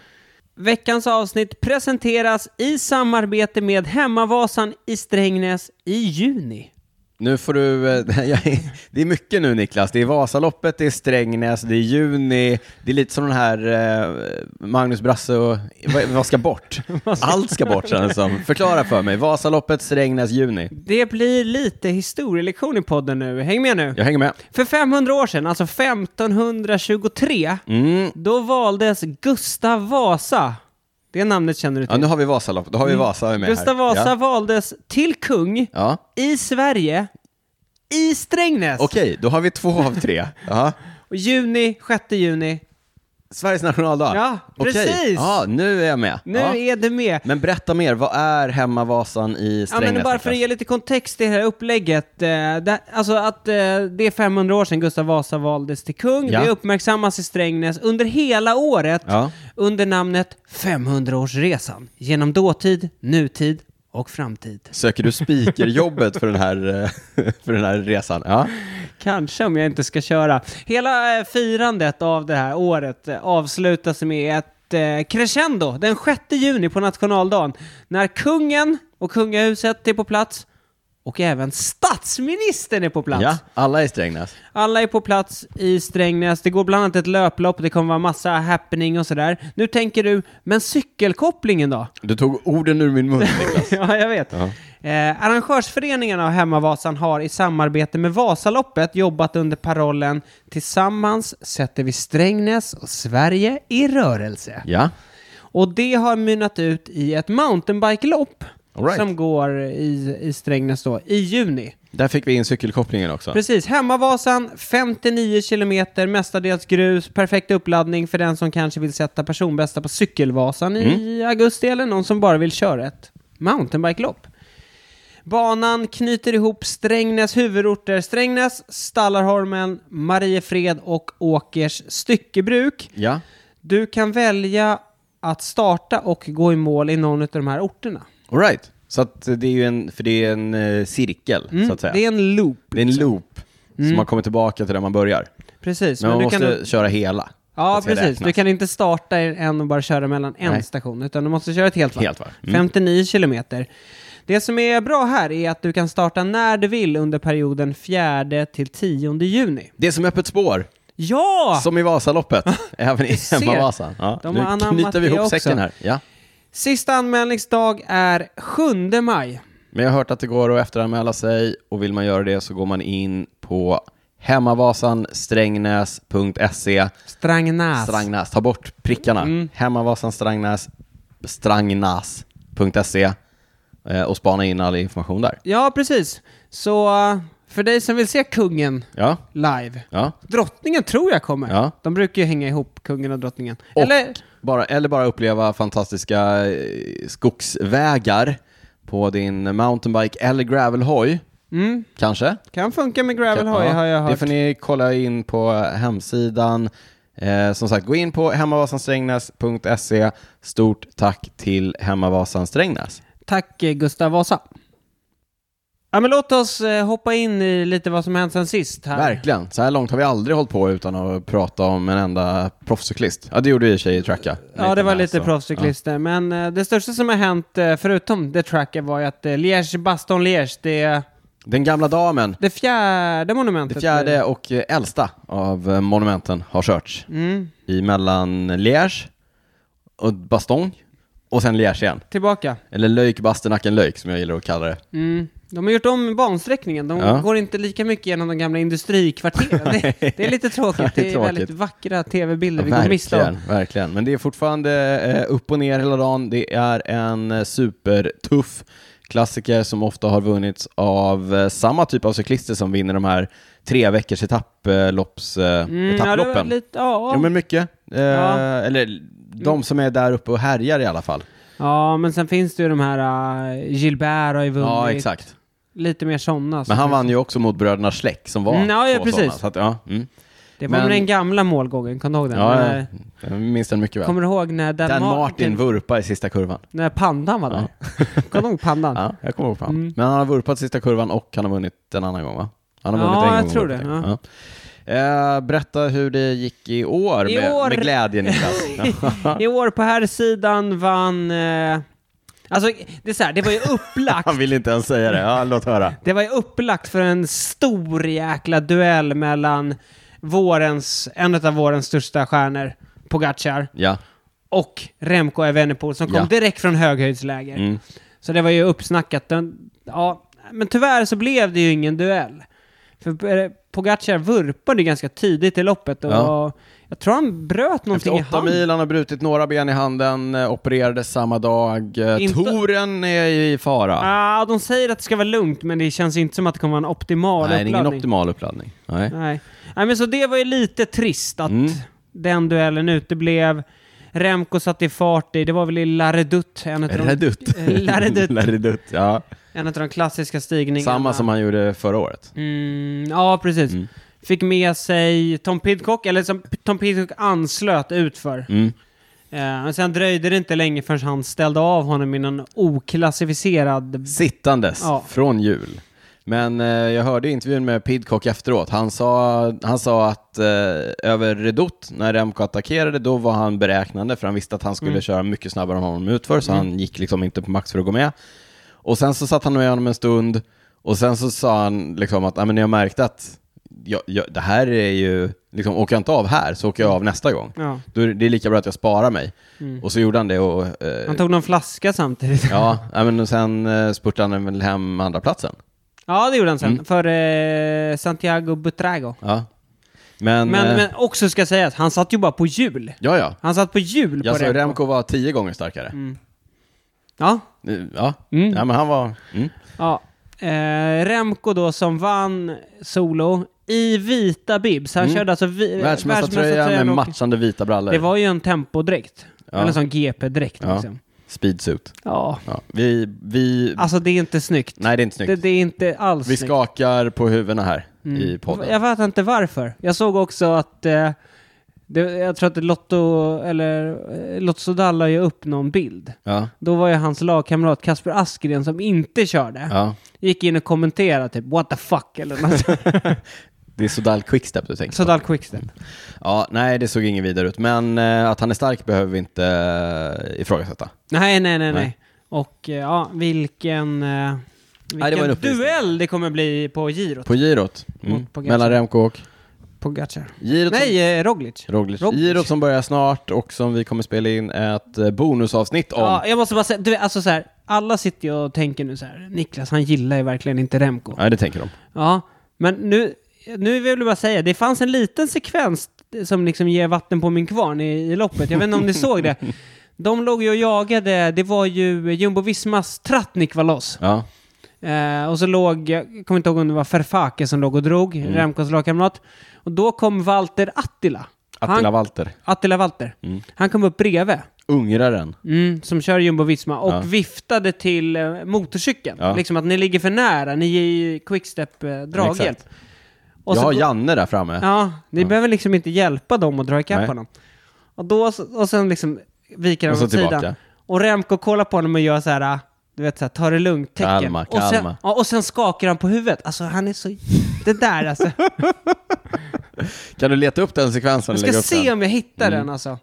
Veckans avsnitt presenteras i samarbete med Hemmavasan i Strängnäs i juni. Nu får du, eh, jag- det är mycket nu Niklas. Det är Vasaloppet, det är Strängnäs, det är juni, det är lite som den här eh, Magnus Brasse och, vad, vad ska bort? Allt ska bort känns det som. Förklara för mig, Vasaloppet, Strängnäs, juni. Det blir lite historielektion i podden nu. Häng med nu. Jag hänger med. För 500 år sedan, alltså 1523, Mm. då valdes Gustav Vasa. Det namnet känner du Ja, till. nu har vi Vasaloppet, då har vi Vasa med Mm. Gustav här. Vasa Ja. valdes till kung Ja. i Sverige i Strängnäs. Okej, då har vi två av tre. Ja. Och juni, 6 juni. Sveriges nationaldag. Ja, Okej. precis. Ja, nu är jag med. Nu ja. är du med. Men berätta mer, vad är Hemmavasan i Ja, Strängnäs? men bara för att Niklas? ge lite kontext till det här upplägget. Eh, det, alltså att eh, det är 500 år sedan Gustav Vasa valdes till kung. Ja. Det uppmärksammas i Strängnäs under hela året Ja. under namnet 500-årsresan. Genom dåtid, nutid och framtid. Söker du speakerjobbet för den här, eh, för den här resan? Ja. Kanske om jag inte ska köra. Hela eh, firandet av det här året eh, avslutas med ett eh, crescendo den 6 juni på nationaldagen när kungen och kungahuset är på plats och även statsministern är på plats. ja, alla i Strängnäs. Alla är på plats i Strängnäs. Det går bland annat ett löplopp, det kommer vara massa happening och sådär. Nu tänker du, men cykelkopplingen då? Du tog orden ur min mun. Niklas. ja, jag vet. Eh, arrangörsföreningen av Hemmavasan har i samarbete med Vasaloppet jobbat under parollen Tillsammans sätter vi Strängnäs och Sverige i rörelse. ja, Och det har mynnat ut i ett mountainbike-lopp All right. som går i, i Strängnäs då, i juni. där fick vi in cykelkopplingen också. Precis, Hemmavasan, 59 kilometer, mestadels grus, perfekt uppladdning för den som kanske vill sätta personbästa på cykelvasan Mm. i augusti eller någon som bara vill köra ett mountainbike-lopp. Banan knyter ihop Strängnäs huvudorter Strängnäs, Stallarholmen, Mariefred och Åkers styckebruk. Ja, Du kan välja att starta och gå i mål i någon av de här orterna. all right. Så att det är ju en, för det är en eh, cirkel, så att säga. Mm. Det är en loop. Det är en loop, så man kommer tillbaka till där man börjar. Precis. Men man du måste kan... köra hela. för Ja, att det ska precis. räknas. Du kan inte starta i en och bara köra mellan en Nej. station, utan du måste köra ett helt varv. Helt varv. Mm. 59 kilometer. Det som är bra här är att du kan starta när du vill under perioden 4 till 10 juni. Det är som Öppet spår, Ja! som i Vasaloppet, även i Ah. ser. Hemmavasan. Ja. De har nu anammat knyter vi det ihop också. säcken här. Ja. Sista anmälningsdag är 7 maj. Men jag har hört att det går att efteranmäla sig och vill man göra det så går man in på hemmavasansträngnäs.se Strangnäs. Strangnäs, ta bort prickarna. Hemmavasanstrangnäs, strangnas.se eh, och spana in all information där. Ja, precis. Så eh, för dig som vill se kungen Ja, live, ja. drottningen tror jag kommer. Ja. De brukar ju hänga ihop, kungen och drottningen. Och Eller, bara, eller bara uppleva fantastiska eh, skogsvägar på din mountainbike eller gravelhoj, mm, kanske. kan funka med gravelhoj har jag hört. Det får ni kolla in på hemsidan. Eh, som sagt, gå in på hemmavasansträngnäs.se. Stort tack till Hemmavasan Strängnäs. Tack eh, Gustav Vasa. Ja, men låt oss eh, hoppa in i lite vad som hänt sen sist här. Verkligen. Så här långt har vi aldrig hållit på utan att prata om en enda proffscyklist. Ja, det gjorde vi i och för sig i Tracka. Ja, det var lite så. proffscyklister, men eh, det största som har hänt, eh, förutom det tracket, var ju att eh, Liège, Baston Liège, det, Ja. Den gamla damen, det fjärde monumentet. det fjärde och eh, äldsta av eh, monumenten har körts. Mm. I mellan Liège och Bastogne och sen Liège igen. Tillbaka. Eller Löjk, Bastenacken, Löjk som jag gillar att kalla det. Mm. De har gjort om bansträckningen. De Ja. går inte lika mycket genom de gamla industrikvarteren. det, det är lite tråkigt. Det är Det är tråkigt. väldigt vackra tv-bilder vi går miste om. Verkligen, verkligen. Men det är fortfarande eh, upp och ner hela dagen. Det är en eh, supertuff klassiker som ofta har vunnits av eh, samma typ av cyklister som vinner de här tre veckors etapploppsloppen. Eh, Mm, ja, det var etapploppen. lite, ja. Jo, men mycket. Eh, Ja. Eller de som är där uppe och härjar i alla fall. ja, men sen finns det ju de här uh, Gilbert har ju vunnit. Ja, exakt. Lite mer sådana. Men han vann ju också mot bröderna Schleck som var Mm, ja, ja, två precis. sådana. Så att, ja, mm. Det var Men- med den gamla målgången, kommer du ihåg den? ja, Den ja, där- jag minns den mycket väl. Kommer du ihåg när Dan, Dan Martin Martin vurpa i sista kurvan. När pandan var där. Kommer du ihåg pandan? Ja, jag kommer ihåg på han. Mm. Men han har vurpat sista kurvan och han har vunnit en annan gång va? Han har Ja, vunnit en jag gång tror och det, vurpat en gång. Ja. Eh, berätta hur det gick i år, I med, år- med glädjen Niklas. Ja. I år på här sidan vann... Eh, alltså, det är så här, det var ju upplagt. Han vill inte ens säga det. Ja, låt höra. Det var ju upplagt för en stor jäkla duell mellan vårens, en av vårens största stjärnor, Pogacar, Ja. och Remco Evenepoel som kom Ja. direkt från höghöjdsläger. Mm. Så det var ju uppsnackat. Den, ja, men tyvärr så blev det ju ingen duell. För eh, Pogacar vurpade ju ganska tidigt i loppet och Ja. jag tror han bröt Efter någonting i åtta handen. mil, han har brutit några ben i handen, eh, opererades samma dag. Eh, Inte- Toren är i fara. Ah, de säger att det ska vara lugnt, men det känns inte som att det kommer vara en optimal Nej, det är uppladdning. ingen optimal uppladdning. Nej. Nej. Nej, men så det var ju lite trist att Mm. den duellen uteblev. Remco satte i fart i, det var väl i Laredutt, en av de, Redutt. Eh, Laredutt. Laredutt, ja. en utav de klassiska stigningarna. Samma som han gjorde förra året. Mm, ja, precis. Mm. Fick med sig Tom Pidcock, eller som Tom Pidcock anslöt utför. Mm. Eh, men sen dröjde det inte länge förrän han ställde av honom i någon oklassificerad... Sittandes Ja. från jul. Men eh, jag hörde intervjun med Pidcock efteråt. Han sa, han sa att eh, över Redut, när Remco attackerade, då var han beräknande för han visste att han skulle Mm. köra mycket snabbare än honom utför, så han gick liksom inte på max för att gå med. Och sen så satt han med honom en stund och sen så sa han liksom att "Ja, men jag märkte att jag, jag, det här är ju, liksom, åker jag inte av här så åker jag av nästa gång. Mm. Ja. Då är det det är lika bra att jag sparar mig. Mm. Och så gjorde han det och eh, Han tog någon flaska samtidigt. Ja, nej, men och sen eh, spurtade han väl hem andra platsen. Ja, det gjorde han Mm. sen. För eh, Santiago Butrago. Ja. Men, Men, eh, men också ska sägas, han satt ju bara på hjul. ja, ja. Han satt på hjul Jag på sa Remco. Mm. Remco var tio gånger starkare. Ja. Eh, Ja, Mm. ja men han var... Mm. ja. Eh, Remco då som vann solo i vita bibs. Han Mm. körde alltså vi- Världsmästartröja med världsmästartröjan och- matchande vita brallor. Det var ju en tempodräkt. Ja. Eller en sån GP-dräkt Ja. liksom. Speedsuit. Ja. Ja. Vi, vi... Alltså det är inte snyggt. Nej, det är inte Det, snyggt. det är inte alls Vi snyggt. Mm. skakar på huvudena här i podden. Jag vet inte varför. Jag såg också att eh, det, jag tror att det Lotto, eller eh, Lotto Sodal la ju upp någon bild. Ja. Då var ju hans lagkamrat Kasper Askren som inte körde. ja. Gick in och kommenterade typ what the fuck eller något Det är Sodal Quickstep du tänker på. sådant quickstep. Ja, nej, det såg ingen vidare ut. Men eh, att han är stark behöver vi inte eh, ifrågasätta. Nej, nej, nej, nej. Nej. Och eh, ja, vilken, eh, vilken det var en uppvisning. duell det kommer bli på girot. På girot, mm. Mot Pogacar. mellan Remco och... Pogacar. Girot som- Nej, eh, Roglic. Roglic. Roglic. Girot som börjar snart och som vi kommer spela in ett eh, bonusavsnitt om. Ja, jag måste bara säga, du vet, alltså så här, alla sitter ju och tänker nu så här, Niklas han gillar ju verkligen inte Remco. Nej, det tänker de. Ja, men nu, nu vill jag bara säga, det fanns en liten sekvens som liksom ger vatten på min kvarn i, i loppet. Jag vet inte om ni såg det. De låg ju och jagade, det var ju Jumbo-Vismas Trattnik var loss. Ja. Eh, och så låg, jag kommer inte ihåg om det var Ferfake som låg och drog, Remcos lagkamrat. Och då kom Walter Attila. Attila han, Walter, Attila Walter. Han kom upp bredvid, ungraren. mm, som kör Jumbo-Visma, och Ja. viftade till eh, motorcykeln. Ja. Liksom att ni ligger för nära, ni är i quickstep eh, draghjälp. Exakt. Och jag så- har Janne där framme. Ja, ni behöver liksom inte hjälpa dem att dra ikapp Nej. honom. Och, då, så- och sen liksom viker han Och så åt sidan. tillbaka. Och Remco kollar på honom och gör så här, du vet så här, ta det lugnt tecken. Kalma, Och, sen, kalma. ja, och sen skakar han på huvudet. Alltså han är så... Det där alltså. Kan du leta upp den sekvensen? Jag och ska lägga upp se den? Mm. om jag hittar den alltså.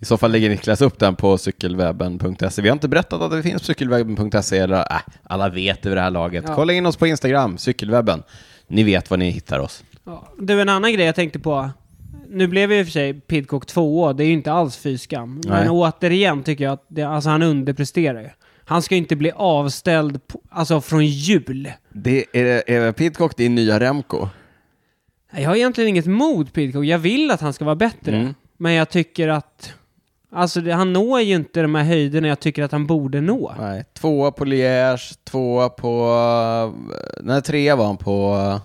I så fall lägger Niklas upp den på cykelwebben.se. Vi har inte berättat att det finns cykelwebben.se. Eller, äh, alla vet det vid det här laget. Ja. Kolla in oss på Instagram, cykelwebben. Ni vet var ni hittar oss. Ja. Du, en annan grej jag tänkte på. Nu blev ju i och för sig Pidcock tvåa, det är ju inte alls fy skam. Men Nej. återigen tycker jag att det, alltså, han underpresterar ju. Han ska ju inte bli avställd på, alltså från jul. Det är, är Pidcock din nya Remco? Jag har egentligen inget emot Pidcock. Jag vill att han ska vara bättre. Mm. Men jag tycker att... Alltså, det, han når ju inte de här höjderna jag tycker att han borde nå. Nej. Tvåa på Liège, tvåa på... eh, Nej, trea var han på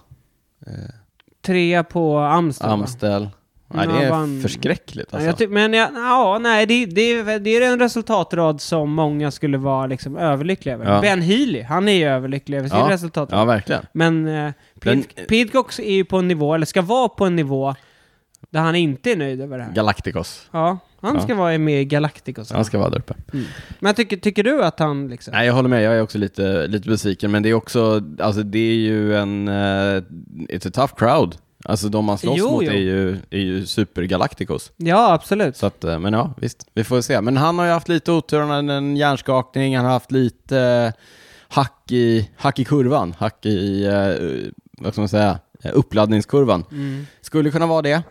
Trea på Amsterdam. va? Amstel. Nej, Men det Mm, är han vann- förskräckligt Ja, alltså. Jag ty- men jag, ja, nej, det, det, det är en resultatrad som många skulle vara liksom överlyckliga över. Ja. Ben Healy, han är ju överlycklig över sin Ja. resultatrad. Ja, verkligen. Men eh, Pid- Pidcock är ju på en nivå, eller ska vara på en nivå, där han inte är nöjd över det här. Galacticos. Ja, han Ja. ska vara med i Galacticos. Han ska vara där uppe. Mm. Men tycker, tycker du att han liksom... Nej, jag håller med. Jag är också lite, lite besviken, men det är också, alltså det är ju en, eh, it's a tough crowd. Alltså de man slåss Jo, mot jo. Är, ju, är ju supergalacticos. Ja, absolut. Så att, eh, men ja, visst, vi får se. Men han har ju haft lite otur, han hade en hjärnskakning, han har haft lite eh, hack, i, hack i kurvan, hack i, eh, vad ska man säga, eh, uppladdningskurvan. Mm. Skulle kunna vara det.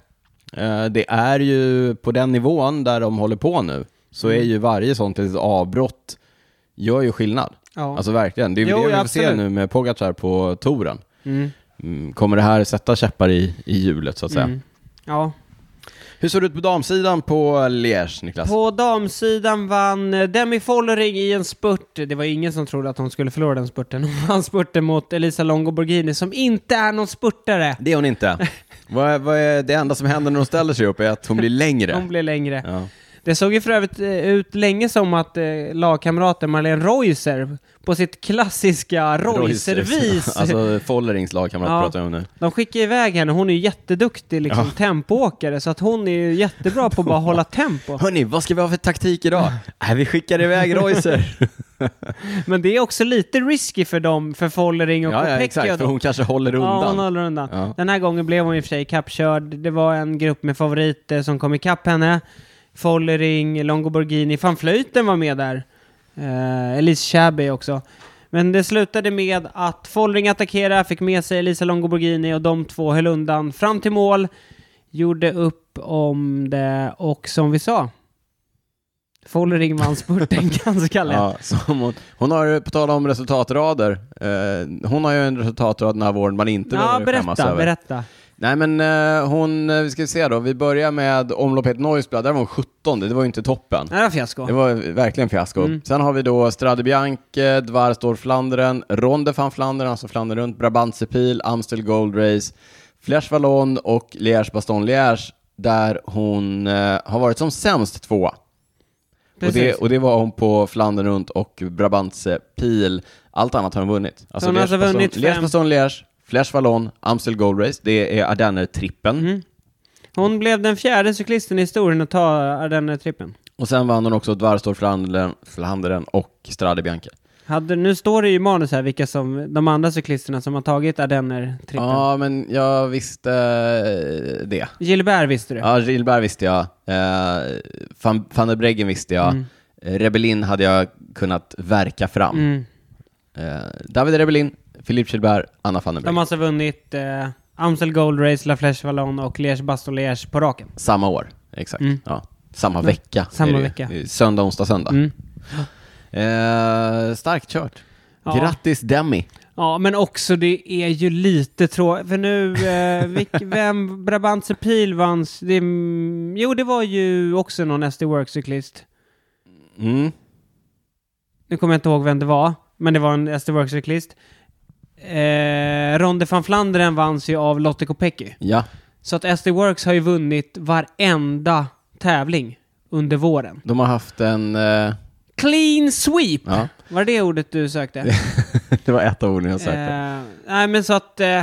Eh, Det är ju på den nivån där de håller på nu, så Mm. är ju varje sånt litet avbrott gör ju skillnad. Ja. Alltså verkligen, det är ju Jo, det vi ja, får se absolut. nu med Pogacar på touren. mm. Mm, Kommer det här sätta käppar i, i hjulet så att säga? Mm. Ja. Hur såg det ut på damsidan på Liège, Niklas? På damsidan vann eh, Demi Follering i en spurt. Det var ingen som trodde att hon skulle förlora den spurten. Hon vann spurten mot Elisa Longo Borghini som inte är någon spurtare. Det är hon inte. vad, är- vad är det enda som händer när hon ställer sig upp är att hon blir längre. Hon blev längre. ja. Det såg ju för övrigt eh, ut länge som att eh, lagkamraten Marlene Reuser på sitt klassiska Reuser-vis. alltså Follerings lagkamrat Ja. pratar jag om nu. De skickar iväg henne, hon är ju jätteduktig liksom, tempoåkare, så att hon är ju jättebra på att bara hålla tempo. Hörni, vad ska vi ha för taktik idag? Nej, vi skickar iväg Reuser. Men det är också lite risky för dem, för Follering och ja, ja, Kopecky exakt, och för dem. hon kanske håller Ja, hon undan. håller undan. Ja. Den här gången blev hon i och för sig kappkörd. Det var en grupp med favoriter som kom ikapp henne. Follering, Longo Borghini, van Vleuten var med där. Eh, Elise Chabby också. Men det slutade med att Follering attackerade, fick med sig Elisa Longo Borghini och de två höll undan fram till mål. Gjorde upp om det och som vi sa, Follering vann spurten ganska lätt. Ja, som hon, hon har, på tal om resultatrader, eh, hon har ju en resultatrad den här våren man inte Ja, behöver skämmas berätta, över. berätta. Nej men eh, hon, eh, vi ska se då, vi börjar med omloppet Noisblad, där var hon 17, det var ju inte toppen. Det här var fiasko. Det var verkligen fiasko. Mm. Sen har vi då Strade Bianche, Dvarstor Flandern, Ronde van Flandern, alltså Flandern runt, Brabant Sepil, Amstel Gold Race, Flers Wallon och Liège Baston Liège, där hon eh, har varit som sämst tvåa. Och Precis. det, och det var hon på Flandern runt och Brabant Sepil. Allt annat har hon vunnit. Så hon har alltså vunnit fem- Liège Baston Liège, Flers Wallon, Amstel Gold Race, det är Ardenner-trippen. Mm. Hon blev den fjärde cyklisten i historien att ta äh, Ardenner-trippen. Och sen vann hon också Dvarstor Flandern, Flandern och Strade Bianche. Hade, nu står det ju i manus här vilka som, de andra cyklisterna som har tagit Ardenner-trippen. Ja, men jag visste eh, det. Gilbert visste du. Ja, Gilbert visste jag. Eh, van, van der Breggen visste jag. Mm. Eh, Rebellin hade jag kunnat verka fram. Mm. Eh, David Rebellin, Philippe Gilbert, Anna van der De Breggen. har alltså vunnit eh, Amstel Gold Race, La Flèche Wallon och Liège Baston Liège på raken. Samma år, exakt. Mm. Ja. Samma vecka. Samma är det ju. vecka. Det är Söndag, onsdag, söndag. Mm. Eh, starkt kört. Ja. Grattis Demi. Ja, men också det är ju lite tråkigt, för nu, eh, vilk, vem, Brabantse Pil vanns, det, mm, jo det var ju också någon SD Work-cyklist. Mm. Nu kommer jag inte ihåg vem det var, men det var en SD Work-cyklist. Eh, Ronde van Flandern vanns ju av Lotte Kopecky. Ja, Så att SD Works har ju vunnit varenda tävling under våren. de har haft en... eh, Clean sweep! ja, Var det det ordet du sökte? det var ett av orden jag sökte. Eh, nej, men så att... Eh,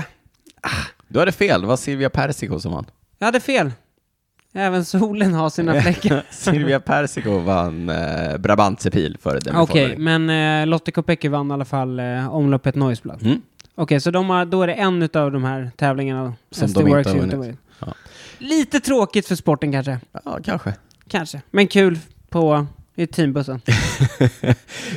Du hade fel, det var Silvia Persico som vann. jag hade fel. Även solen har sina fläckar. Silvia Persico vann eh, Brabantsepil före Demi Okej, Follering. men eh, Lotte Kopecky vann i alla fall eh, omloppet Noisblad. Okej, Mm. så de har, då är det en av de här tävlingarna Som SD de inte Works har inte har vunnit. vunnit. Ja. Lite tråkigt för sporten kanske. Ja, kanske. Kanske. Men kul på, i teambussen.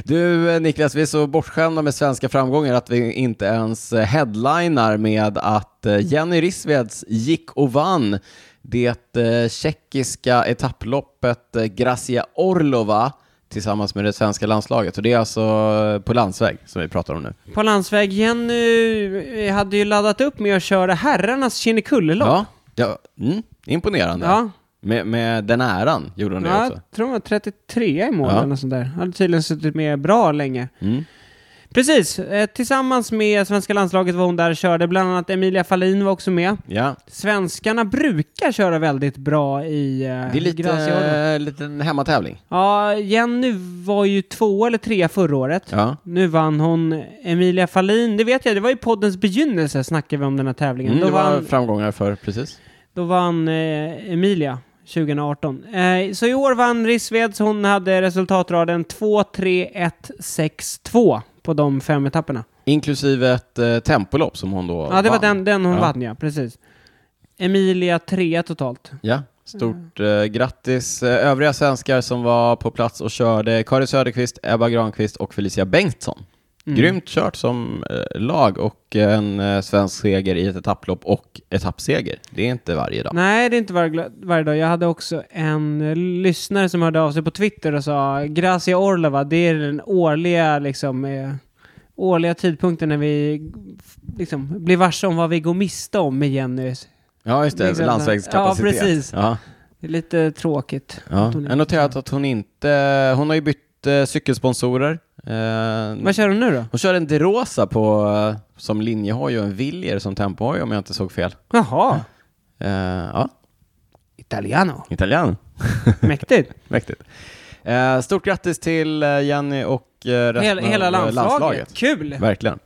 Du eh, Niklas, vi är så bortskämda med svenska framgångar att vi inte ens eh, headlinar med att eh, Jenny Rissveds gick och vann det eh, tjeckiska etapploppet eh, Gracia Orlova tillsammans med det svenska landslaget. Och det är alltså på landsväg som vi pratar om nu. På landsväg, Jenny eh, hade ju laddat upp med att köra herrarnas Kinnekullelopp. Ja, ja mm, imponerande. Ja. Med, med den äran gjorde hon det Ja, också. jag tror hon var 33 i mål Ja. eller något sånt där. Hade tydligen suttit med bra länge. Mm. Precis, eh, tillsammans med svenska landslaget var hon där och körde. Bland annat Emilia Fahlin var också med. Ja. Svenskarna brukar köra väldigt bra i eh, Det är lite Graciano. eh, liten hemmatävling. Ja, Jenny var ju två eller tre förra året. Ja. Nu vann hon Emilia Fahlin. Det vet jag, det var i poddens begynnelse snackade vi om den här tävlingen. Mm, då, det var vann, framgångar för, precis. då vann eh, Emilia 2018. Eh, så i år vann Rissveds. Hon hade resultatraden 2-3-1-6-2 på de fem etapperna. Inklusive ett eh, tempolopp som hon då Ja, det var vann. den, den hon Ja. vann, ja. Precis. Emilia trea totalt. Ja, stort eh, grattis eh, övriga svenskar som var på plats och körde. Karin Söderqvist, Ebba Granqvist och Felicia Bengtsson. Mm. Grymt kört som eh, lag och en eh, svensk seger i ett etapplopp och etappseger. Det är inte varje dag. Nej, det är inte var, gla- varje dag. Jag hade också en eh, lyssnare som hörde av sig på Twitter och sa Gracia Orlova, det är den årliga, liksom, eh, årliga tidpunkten när vi f- liksom, blir varse om vad vi går miste om med Jenny. Ja, just det. alltså Liksom, landsvägskapacitet. ja, precis. Ja, Det är lite tråkigt. ja. Att hon Jag har noterat att hon inte... Hon har ju bytt eh, cykelsponsorer. Eh, Vad kör hon nu då? hon kör en De Rosa på, eh, som linjehoj och en Villier som tempohoj om jag inte såg fel. Jaha, Eh, ja, Italiano. italian. Mäktigt. Mäktigt. Eh, stort grattis till eh, Jenny och eh, resten Hela, av hela eh, landslaget. Kul! Verkligen.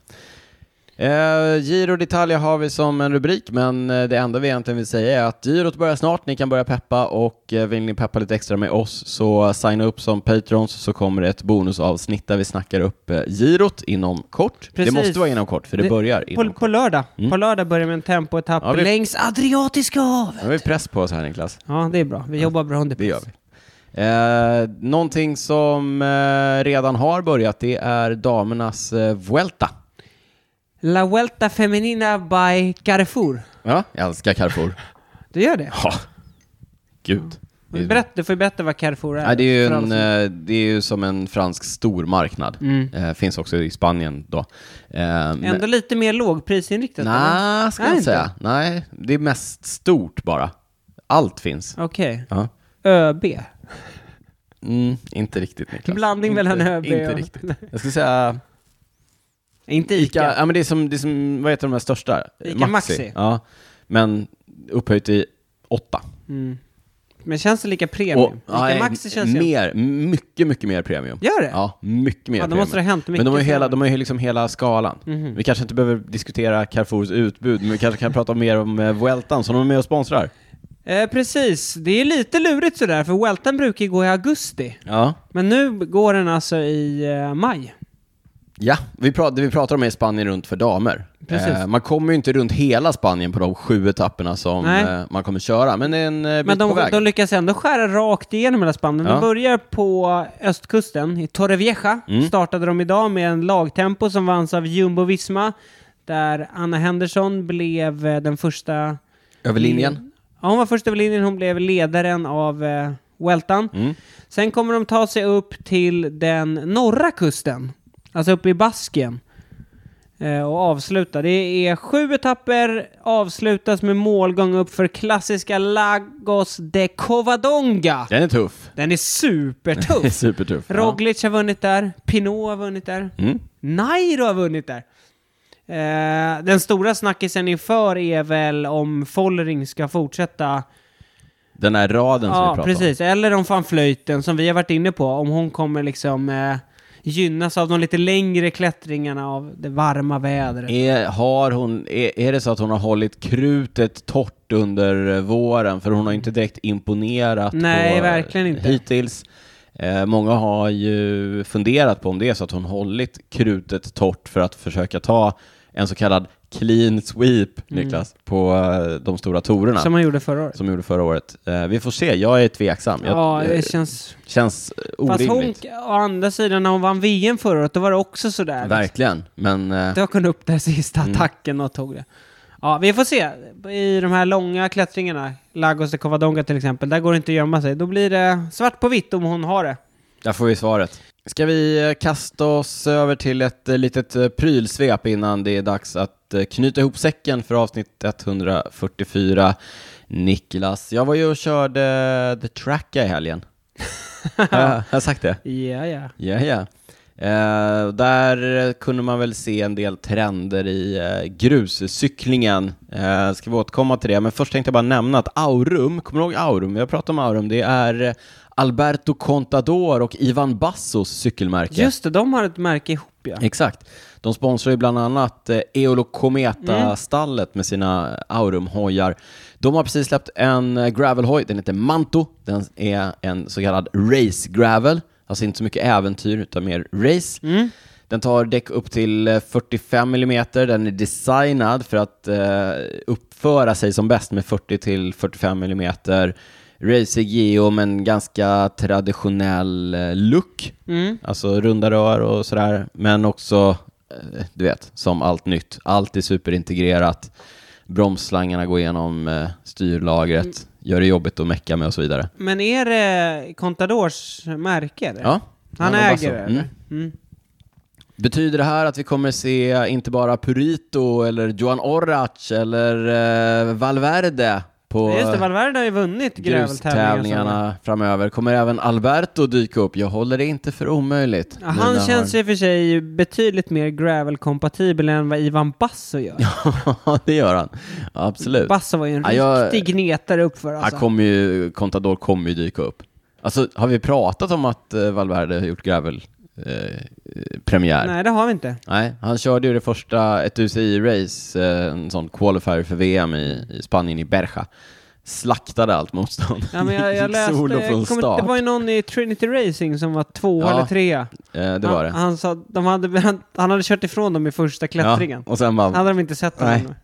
Eh, Giro d'Italia har vi som en rubrik, men eh, det enda vi egentligen vill säga är att girot börjar snart, ni kan börja peppa och eh, vill ni peppa lite extra med oss så signa upp som patrons så kommer det ett bonusavsnitt där vi snackar upp eh, girot inom kort. Precis. Det måste vara inom kort, för det, Det- börjar inom Mm. På, på lördag. På lördag börjar vi en tempoetapp Ja, vi- längs Adriatiska havet. Nu har vi press på oss här Niklas. Ja, det är bra. Vi jobbar bra under Det gör press. vi. Eh, någonting som eh, redan har börjat, det är damernas eh, Vuelta. La Vuelta Feminina by Carrefour. Ja, jag älskar Carrefour. Du gör det? Ja. Gud. Det är- Berätta, du får ju berätta vad Carrefour är. Nej, det, är ju För alla en, som- eh, det är ju som en fransk stormarknad. Mm. Eh, finns också i Spanien då. Eh, men- Ändå lite mer lågprisinriktat? eller? Nej, ska jag Nej, inte säga. Nej, det är mest stort bara. Allt finns. Okej. Ja. ÖB? Mm, inte riktigt Niklas. Blandning inte, mellan ÖB Inte och- riktigt. Jag skulle säga Inte Ica, ICA. ja men det är som, det är som vad heter de här största? Ica Maxi. Ja, men upphöjt i åtta. Mm. Men känns det lika premium? Ica nej, Maxi känns ju... mer, mycket, mycket mer premium. Gör det? Ja, mycket mer Ja, då premium. måste det ha hänt mycket Mhm. men de har ju hela, senare. de har ju liksom hela skalan. Vi kanske inte behöver diskutera Carrefours utbud, men vi kanske kan prata mer om eh, Vueltan som de är med och sponsrar. Eh, precis. Det är lite lurigt sådär, för Weltan brukar ju gå i augusti. Ja. Men nu går den alltså i eh, maj. Ja, vi pratar, det vi pratar om är Spanien runt för damer. Precis. Eh, man kommer ju inte runt hela Spanien på de sju etapperna som Nej. eh, man kommer köra, men det är en eh, bit Men på de, väg. de lyckas ändå skära rakt igenom hela Spanien. Ja. De börjar på östkusten, i Torrevieja, Mm. startade de idag med en lagtempo som vanns av Jumbo Visma, där Anna Henderson blev eh, den första... Över linjen. Ja, hon var först över linjen, hon blev ledaren av eh, Weltan. Mm. Sen kommer de ta sig upp till den norra kusten, alltså uppe i Baskien. eh, Och avsluta. Det är sju etapper, avslutas med målgång upp för klassiska Lagos de Covadonga. Den är tuff. Den är Det är supertuff. supertuff. Roglic har vunnit där, Pinot har vunnit där, Mm. Nairo har vunnit där. Eh, den stora snackisen inför är väl om Follering ska fortsätta. Den här raden som vi Ja, pratar om. precis. Eller om van Vleuten, som vi har varit inne på, om hon kommer liksom eh, gynnas av de lite längre klättringarna av det varma vädret. Är, har hon, är, är det så att hon har hållit krutet torrt under eh, våren? För hon har ju inte direkt imponerat Nej, på, verkligen inte. hittills. Eh, många har ju funderat på om det är så att hon hållit krutet torrt för att försöka ta en så kallad clean sweep, Niklas, på eh, de stora torerna Mm. Som som, man gjorde förra året. gjorde förra året. Eh, vi får se, jag är tveksam. Jag, Ja, eh, det känns... känns eh, Fast hon, orimligt. å andra sidan, när hon vann VM förra året, då var det också sådär. liksom. Verkligen, Mm. men... eh, dök hon upp där sista attacken och tog det. Ja, vi får se. I de här långa klättringarna, Lagos de Covadonga till exempel, där går det inte att gömma sig. Då blir det svart på vitt om hon har det. Där får vi svaret. Ska vi eh, kasta oss över till ett eh, litet eh, prylsvep innan det är dags att eh, knyta ihop säcken för avsnitt 144. Niklas, jag var ju och körde eh, The Tracka i helgen. har jag- har jag sagt det? Ja, ja. Ja, ja. Eh, där eh, kunde man väl se en del trender i eh, gruscyklingen. Eh, ska vi återkomma till det, men först tänkte jag bara nämna att Aurum, kommer du ihåg Aurum? Vi har pratat om Aurum. Det är eh, Alberto Contador och Ivan Bassos cykelmärke. Just det, de har ett märke ihop ja. Exakt. De sponsrar ju bland annat eh, Eolo Cometa-stallet med sina Aurum-hojar. De har precis släppt en eh, gravelhoj, den heter Manto. Den är en så kallad race-gravel, alltså inte så mycket äventyr utan mer race. Mm. Den tar däck upp till eh, 45 mm, den är designad för att eh, uppföra sig som bäst med 40 till 45 mm. Racing geo men ganska traditionell eh, look. Mm. Alltså runda rör och sådär, men också, eh, du vet, som allt nytt. Allt är superintegrerat. Bromsslangarna går igenom eh, styrlagret, Mm. gör det jobbigt att mecka med och så vidare. Men är det Contadors märke? Eller? Ja, Han Ivan Basso. äger det? Mm. eller? Mm. Betyder det här att vi kommer se inte bara Purito eller Joan Orac eller eh, Valverde på Ja, Just det, Valverde har ju vunnit gräveltävlingarna. eh, grustävlingarna framöver? Kommer även Alberto dyka upp? Jag håller det inte för omöjligt. Ja, Han Mina känns ju i och för sig betydligt mer gravel-kompatibel än vad Ivan Basso gör. Ja, det gör han. Absolut. Basso var ju en Ja, jag- riktig gnetare uppför alltså. Han kommer ju, Contador kommer ju dyka upp. Alltså, har vi pratat om att eh, Valverde har gjort gravel eh, eh, premiär? Nej. Nej, det har vi inte. han körde ju det första, ett UCI-race, eh, en sån qualifier för VM i, i Spanien, i Berja. Slaktade allt motstånd. Ja, men jag, jag Gick läste, solo jag från kommer- start. det var ju någon i Trinity Racing som var två Ja, eller trea. eh, det var det. Han, han sa de hade, han, han hade kört ifrån dem i första klättringen. Ja, och sen bara, Hade de inte sett Nej. honom?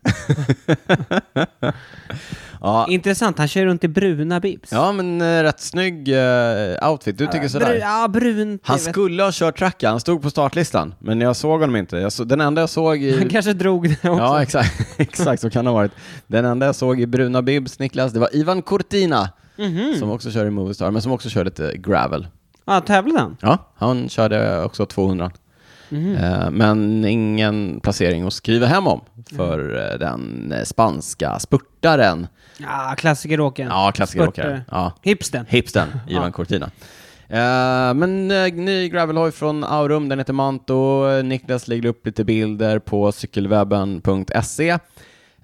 ja, Intressant, han kör runt i bruna bibs. ja, men eh, rätt snygg eh, outfit. Du tycker sådär? Bru, ja, brunt. Han jag vet. skulle ha kört tracka, han stod på startlistan, men jag såg honom inte. Jag så, den enda jag såg i han kanske drog det också. Ja, exakt. exakt så kan det ha varit. Den enda jag såg i bruna bibs, Niklas, det var Ivan Cortina, som också kör i Movistar, men som också kör lite gravel. Mhm. Ja, Mm. tävlade han? Mhm. Ja, han körde också 200. Eh, Men ingen placering att skriva hem om för eh, den eh, spanska spurtaren. Ja, klassikeråkaren. Ja, klassikeråkaren. Spurtare. Ja. Hipsten. Hipsten, Ivan Ja. Cortina. Eh, men uh, ny gravelhoj från Aurum, den heter Manto. Niklas lägger upp lite bilder på cykelwebben.se.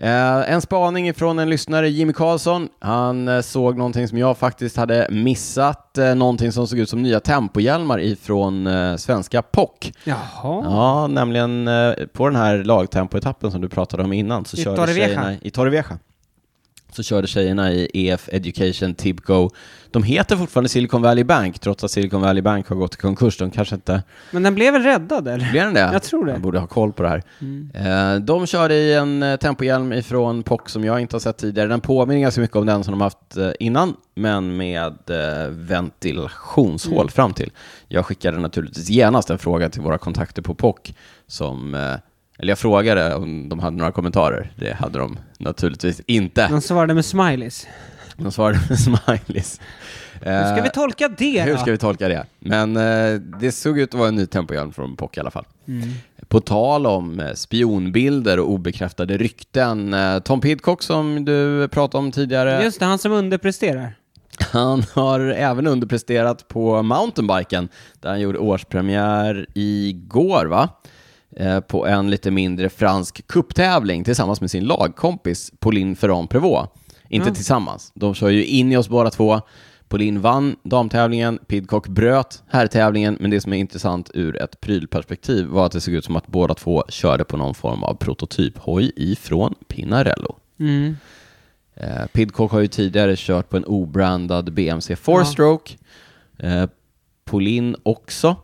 Eh, en spaning från en lyssnare, Jimmy Karlsson. Han eh, såg någonting som jag faktiskt hade missat, uh, någonting som såg ut som nya tempohjälmar ifrån uh, svenska POC. Jaha. Ja, nämligen eh, på den här lagtempoetappen som du pratade om innan så I körde Torrevieja. tjejerna i Torrevieja. Så körde tjejerna i EF Education Tibco. De heter fortfarande Silicon Valley Bank trots att Silicon Valley Bank har gått i konkurs. De kanske inte Men den blev väl räddad eller? blir den det? Jag tror det. Mm. Jag borde ha koll på det här. Eh, De körde i en eh, tempohjälm ifrån POC som jag inte har sett tidigare. Den påminner ganska mycket om den som de haft eh, innan, men med eh, ventilationshål Mm. fram till. Jag skickade naturligtvis genast en fråga till våra kontakter på POC som eh, eller jag frågade om de hade några kommentarer. Det hade de naturligtvis inte. De svarade med smileys. De svarade med smileys. Hur ska Eh, vi tolka det hur då? ska vi tolka det? Men eh, det såg ut att vara en ny tempohjälm från POC i alla fall. Mm. På tal om eh, spionbilder och obekräftade rykten. Eh, Tom Pidcock som du pratade om tidigare, Just det, han som underpresterar. han har även underpresterat på mountainbiken där han gjorde årspremiär igår va? Eh, på en lite mindre fransk kupptävling tillsammans med sin lagkompis Pauline Ferrand Prévot. Inte Ja. tillsammans, de kör ju in i oss båda två. Pauline vann damtävlingen, Pidcock bröt herrtävlingen, men det som är intressant ur ett prylperspektiv var att det såg ut som att båda två körde på någon form av prototyphoj ifrån Pinarello. Mm. Eh, Pidcock har ju tidigare kört på en obrandad BMC 4-stroke. Eh, Polin också.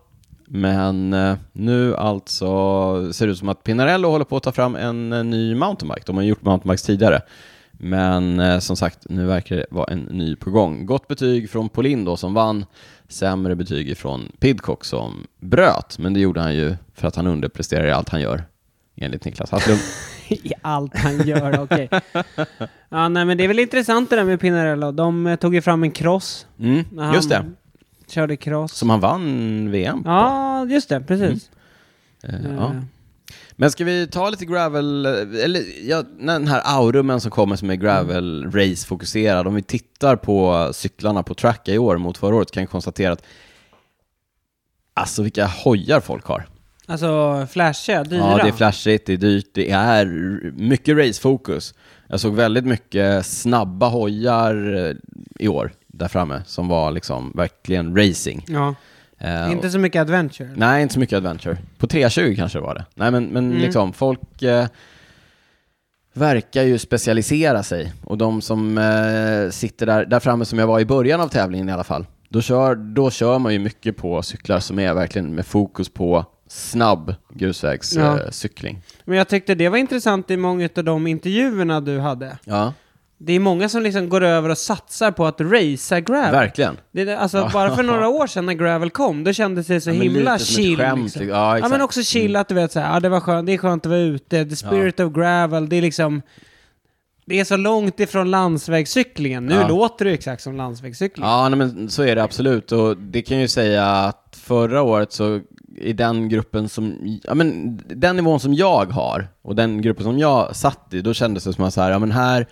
Men eh, nu alltså ser det ut som att Pinarello håller på att ta fram en eh, ny mountainbike. De har gjort mountainbikes tidigare. Men eh, som sagt, nu verkar det vara en ny på gång. Gott betyg från Polin då som vann. Sämre betyg ifrån Pidcock som bröt. Men det gjorde han ju för att han underpresterar i allt han gör. Enligt Niklas Hasslum. I allt han gör, okej. Ja, nej men det är väl intressant det där med Pinarello. De eh, tog ju fram en cross. Mm, när han just det. Körde cross. Som han vann VM på. Ja, just det. Precis. Eh, Eh, ja. Men ska vi ta lite gravel, eh, eller ja, den här aurumen som kommer som är gravel race-fokuserad. Om vi tittar på cyklarna på tracka i år mot förra året kan vi konstatera att alltså vilka hojar folk har. Alltså flashiga, dyra. Ja, det är flashigt, det är dyrt, det är mycket racefokus. Jag såg väldigt mycket snabba hojar eh, i år där framme som var liksom verkligen racing. Ja, Eh, inte så mycket adventure. Nej, inte så mycket adventure. På 320 kanske det var det. Nej, men, men Mm. liksom folk eh, verkar ju specialisera sig. Och de som eh, sitter där, där framme som jag var i början av tävlingen i alla fall, då kör, då kör man ju mycket på cyklar som är verkligen med fokus på snabb grusvägscykling. Ja. Eh, cykling. Men jag tyckte det var intressant i många av de intervjuerna du hade. ja, Det är många som liksom går över och satsar på att racea gravel. verkligen. Det, är- alltså bara för några år sedan när gravel kom, då kändes det så Ja, men himla lite som ett chill. skämt, liksom. liksom. Ja, ja, exakt. Mm. men också chill att du vet så här, ja, det var skönt, det är skönt att vara ute, the spirit of gravel, det är liksom... Det är så långt ifrån landsvägscyklingen. Nu Ja. låter det ju exakt som landsvägscykling. Ja, nej, men så är det absolut. Och det kan ju säga att förra året så i den gruppen som, ja men den nivån som jag har och den gruppen som jag satt i, då kändes det som att så här, ja men här,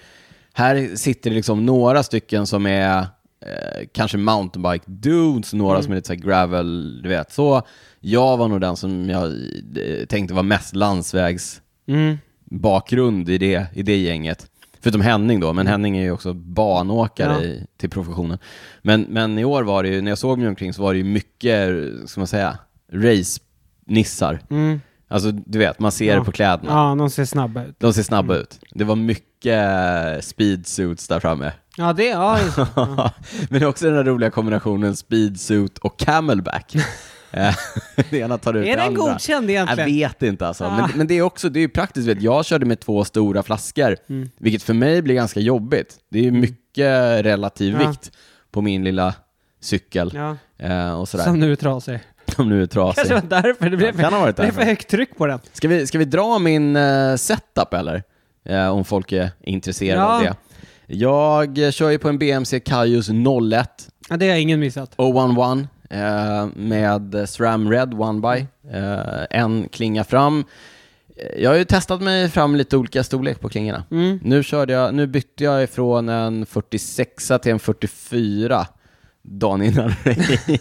här sitter det liksom några stycken som är eh, kanske mountainbike dudes, några som är lite så här gravel, du vet så. Jag var nog den som jag eh, tänkte var mest landsvägs Mm. bakgrund i det, i det gänget. Förutom Henning då, men Henning är ju också banåkare Mm. Ja. i, till professionen. Men, men i år var det ju, när jag såg mig omkring så var det ju mycket, ska man säga, race-nissar. Mm. Alltså du vet, man ser Ja. det på kläderna. Ja, Mm. de ser snabba ut. De ser snabba ut. Det var mycket speedsuits där framme. Ja, det, ja, just det. men det är också den här roliga kombinationen speedsuit och camelback. Eh, det ena tar ut Är det den andra. godkänd egentligen? Jag vet inte alltså. Ah. Men, men det är också det är ju praktiskt. Vet, du, jag körde med två stora flaskor, Mm. vilket för mig blir ganska jobbigt. Det är ju mycket relativ Ja. vikt på min lilla cykel Ja. eh, och sådär, Som nu är trasig. som nu är trasig. Kanske var därför det blev, kan ha varit det blev därför. för högt tryck på den. Ska vi, ska vi dra min eh, setup eller? Eh, om folk är intresserade Ja. av det. Jag eh, kör ju på en BMC Kaius 01 Ja, det har ingen missat. 011 eh, med eh, SRAM Red One by. Eh, en klinga fram. Eh, Jag har ju testat mig fram lite olika storlek på klingorna. Mm. Nu, körde jag, nu bytte jag ifrån en 46 till en 44 dagen innan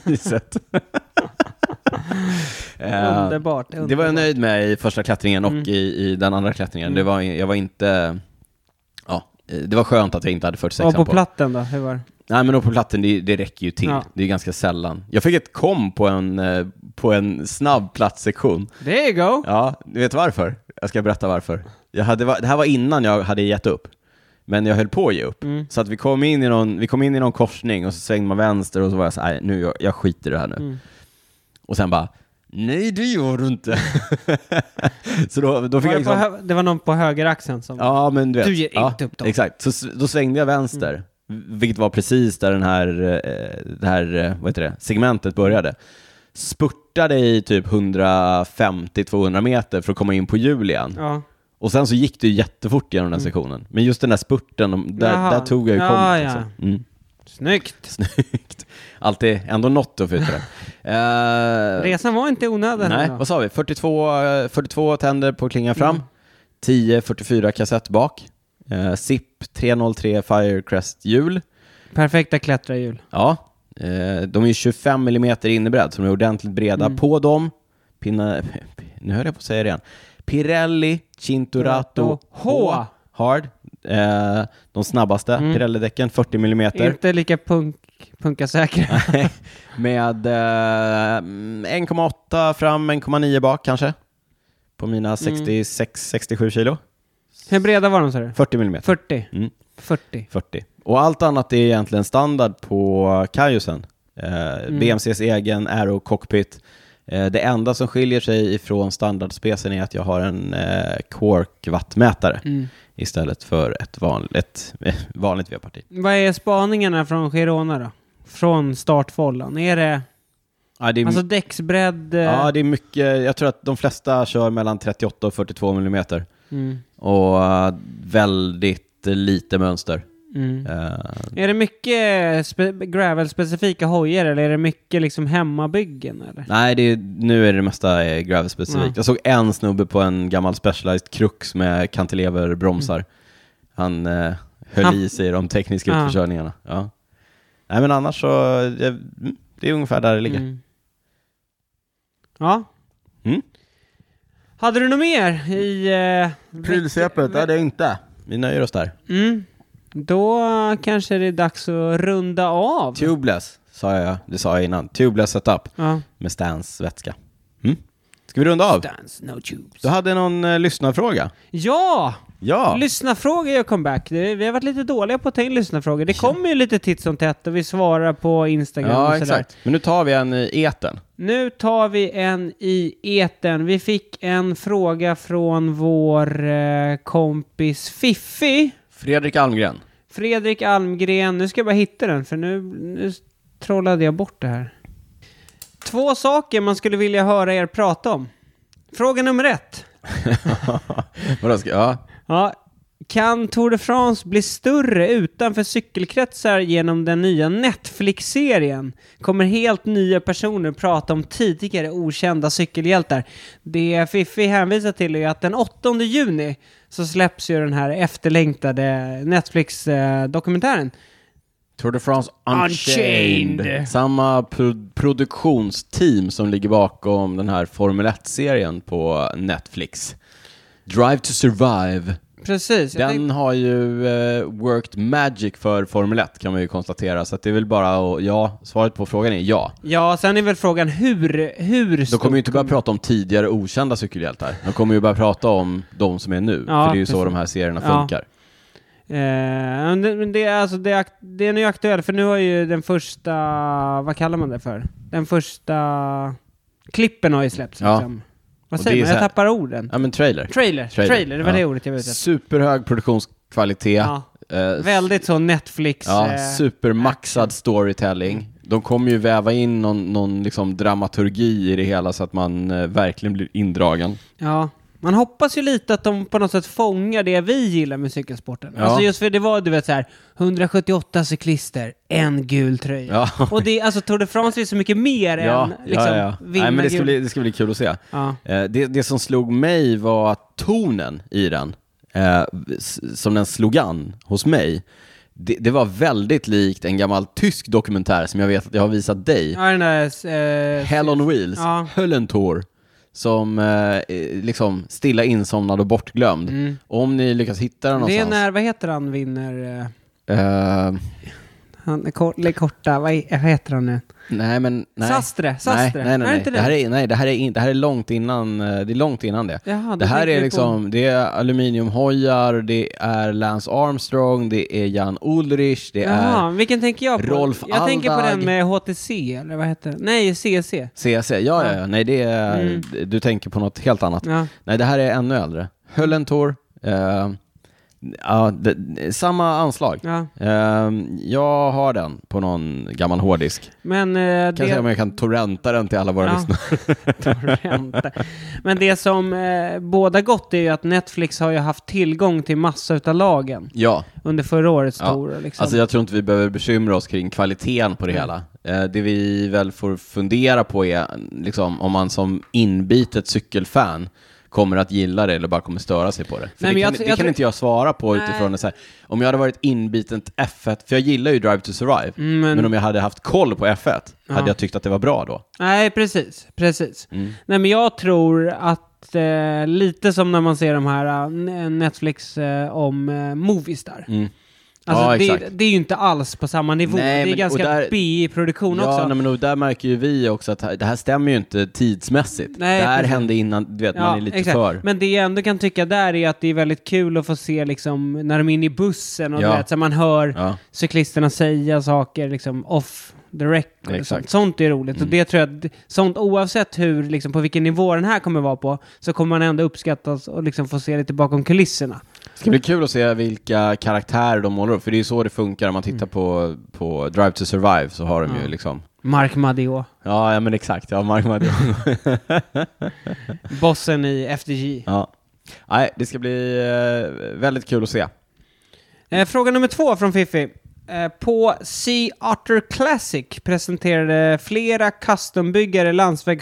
racet. Eh, underbart. det var jag underbart. nöjd med i första klättringen och Mm. i, i den andra klättringen. Det var, jag var inte... Ja, eh, det var skönt att jag inte hade 46 Och på platten då, hur var det? Nej men då på platten, det, det räcker ju till. Ja. Det är ganska sällan. Jag fick ett kom på en, eh, på en snabb platssektion. There you go! Ja, du vet varför? Jag ska berätta varför. Jag hade, va- det här var innan jag hade gett upp. Men jag höll på att ge upp. Mm. Så att vi kom in i någon, vi kom in i någon korsning och så svängde man vänster och så var jag så här, "Nej, nu, jag, jag skiter i det här nu. Mm. Och sen bara, nej det gör du inte. så då, då fick Var jag det, på liksom... hö- det var någon på högeraxeln som... Ja, men du vet. Du ger ja, inte upp dem. Mm. Exakt, så s- då svängde jag vänster, vilket var precis där den här, eh, det här eh, vad heter det, segmentet började. Spurtade i typ 150-200 meter för att komma in på hjul igen. Ja. Och sen så gick det ju jättefort genom den sektionen. Men just den där spurten, de- där, Mm. Jaha. där tog jag ju Ja, kommet. ja. Alltså. Mm. Snyggt! Snyggt. Alltid ändå något att fylla det. Eh, Resan var inte onödig. Nej, ändå. vad sa vi? 42, eh, 42 tänder på klingan fram, 10 44 kassett bak, eh, SIP 303 Firecrest hjul. Perfekta klättrarhjul. Ja, eh, de är ju 25 mm innebredd, så de är ordentligt breda på dem. Pina, nu höll jag på att säga det igen. Pirelli Cinturato H H. Hard. Eh, de snabbaste Pirelli-däcken, 40 mm. Inte lika punk, punkasäkra. Med eh, mm, 1,8 fram, 1,9 bak kanske. På mina 66-67 kilo. Hur breda var de sa du? 40 mm. 40? Mm. 40. 40. Och allt annat är egentligen standard på Kajusen. Eh, BMCs egen Aero Cockpit. Eh, det enda som skiljer sig ifrån standardspecen är att jag har en eh, Quark-wattmätare Mm. istället för ett vanligt, ett eh, vanligt V-parti. Vad är spaningarna från Girona då? Från startfållan? Är det Ja, det är alltså däcksbredd? eh, Ja, det är mycket. Jag tror att de flesta kör mellan 38 och 42 millimeter Mm. och eh, väldigt lite mönster. Mm. Eh, Är det mycket spe- gravel-specifika hojar eller är det mycket liksom hemmabyggen? Eller? Nej, det är, nu är det mesta eh, gravel-specifikt. Mm. Jag såg en snubbe på en gammal Specialized krux med cantileverbromsar. Han eh, höll Mm. Han- i sig i de tekniska Ja. utförsäljningarna. Ja. Nej, men annars så, det, mm, det är ungefär där det ligger. Mm. Ja. Mm. Hade du något mer i... Eh, Prylsvepet? Nej, det är inte. Vi nöjer oss där. Mm. Då kanske det är dags att runda av. Typ. Tubeless, sa jag, det sa jag innan. Tubeless setup Ja. med Stans vätska. Mm. Ska vi runda av? Dance, no tubes. Du hade någon eh, lyssnarfråga? Ja! Ja, Lyssnarfrågor gör comeback. Det- Vi har varit lite dåliga på att ta in lyssnarfrågor. Det kommer ju lite titt som tätt och vi svarar på Instagram och ja sådär. exakt. Men nu tar vi en i eten. Nu tar vi en i eten. Vi fick en fråga från vår eh, kompis Fiffi. Fredrik Almgren. Fredrik Almgren. Nu ska jag bara hitta den, för nu, nu trollade jag bort det här. Två saker man skulle vilja höra er prata om. Fråga nummer ett. Vadå, ska, ja. Ja, kan Tour de France bli större utanför cykelkretsar genom den nya Netflix-serien? Kommer helt nya personer prata om tidigare okända cykelhjältar? Det Fiffi hänvisar till är att den 8 juni så släpps ju den här efterlängtade Netflix-dokumentären. Tour de France Unchained. Unchained. Samma pro- produktionsteam som ligger bakom den här Formel 1-serien på Netflix. Drive to Survive. Precis. Jag Den har ju eh, worked magic för Formel 1 kan man ju konstatera. Så att det är väl bara att, ja, svaret på frågan är ja. Ja, sen är väl frågan hur, hur De stor... kommer ju inte börja prata om tidigare okända cykelhjältar. De kommer ju börja prata om de som är nu. Ja, för det är ju så precis. de här serierna Ja. funkar. Eh, men det, men det, är alltså, det, är akt- det är nu aktuellt, för nu har ju den första, vad kallar man det för? Den första klippen har ju släppts Ja. liksom. Vad Och säger det är man? så Jag här- tappar orden. Ja men trailer. Trailer, Trailer. trailer, det var Ja. det ordet jag var ute efter. Superhög produktionskvalitet. Ja. Eh, Väldigt så Netflix. Ja, eh, supermaxad storytelling. De kommer ju väva in någon, någon liksom dramaturgi i det hela så att man eh, verkligen blir indragen. ja. Man hoppas ju lite att de på något sätt fångar det vi gillar med cykelsporten. Ja. Alltså just för det var du vet så här 178 cyklister, en gul tröja. Ja. Och det, alltså Tour de France är så mycket mer än liksom, vinna Nej, men det ska, gul- bli, det ska bli kul att se. Ja. Eh, Det, det som slog mig var att tonen i den, eh, s- som den slog an hos mig, det, det var väldigt likt en gammal tysk dokumentär som jag vet att jag har visat dig. Ja, den där... Eh, Hell on Wheels, Ja. Höllentor, som eh, eh, liksom stilla insomnad och bortglömd. Om ni lyckas hitta den Mm. det är någonstans. när, vad heter han, vinner... eh, Eh, Han är kort, eller korta, vad, är, vad heter han nu? nej, men... Nej. Sastre, Sastre. Nej, nej, nej. Är det nej. inte det, här det? är, nej det, här är in, det här är långt innan, eh, det är långt innan det. Jaha, då det här tänker är vi på- liksom, det är aluminiumhojar, det är Lance Armstrong, det är Jan Ulrich, det Jaha, är vilken tänker jag på? Rolf jag tänker på Aldag. den med HTC, eller vad heter den? Nej, CC. CC. E. Ja, ja, ja. Nej, det är, Mm. du tänker på något helt annat. Ja. Nej, det här är ännu äldre. Höllentor, eh, ja, det, samma anslag. Ja. Eh, jag har den på någon gammal hårddisk. Men, eh, Kan se om det, jag kan torrenta den till alla våra Ja. lyssnare. Torrenta. Men det som eh, båda gott är ju att Netflix har ju haft tillgång till massa utav lagen Ja, under förra årets Ja. tour. Liksom. alltså jag tror inte vi behöver bekymra oss kring kvaliteten Mm. på det hela. Eh, det vi väl får fundera på är liksom, om man som inbitet cykelfan kommer att gilla det eller bara kommer störa sig på det. För Nej, det men jag kan, tror- det jag kan tror- inte jag svara på utifrån en så här, om jag hade varit inbitet F1, för jag gillar ju Drive to Survive, Mm, men- men om jag hade haft koll på F1, Ja. hade jag tyckt att det var bra då? Nej, precis. precis. Mm. Nej, men jag tror att eh, lite som när man ser de här eh, N- Netflix eh, om eh, Movistar. Mm. Alltså, Ja, det, exakt. det är ju inte alls på samma nivå. Nej, det men- är och ganska där- B i produktion Ja, också. nej, men och där märker ju vi också att här- det här stämmer ju inte tidsmässigt. Nej, det här precis. hände innan, du vet, man är lite för. Men det jag ändå kan tycka där är att det är väldigt kul att få se liksom, när de är inne i bussen och Ja. du vet, så man hör Ja. cyklisterna säga saker liksom, off the record. Exakt. Mm. och Sånt. sånt är roligt. Och det tror jag, att- sånt oavsett hur, liksom, på vilken nivå den här kommer vara på, så kommer man ändå uppskattas och liksom, få se lite bakom kulisserna. Det ska bli kul att se vilka karaktärer de målar upp, för det är ju så det funkar om man tittar på, på Drive to Survive så har de ju Ja. liksom Mark Madiot, Ja, ja men exakt, ja Mark Madion. bossen i FDG. ja. Nej, det ska bli eh, väldigt kul att se. Eh, fråga nummer två från Fiffi. Eh, på Sea Otter Classic presenterade flera custombyggare landsväg,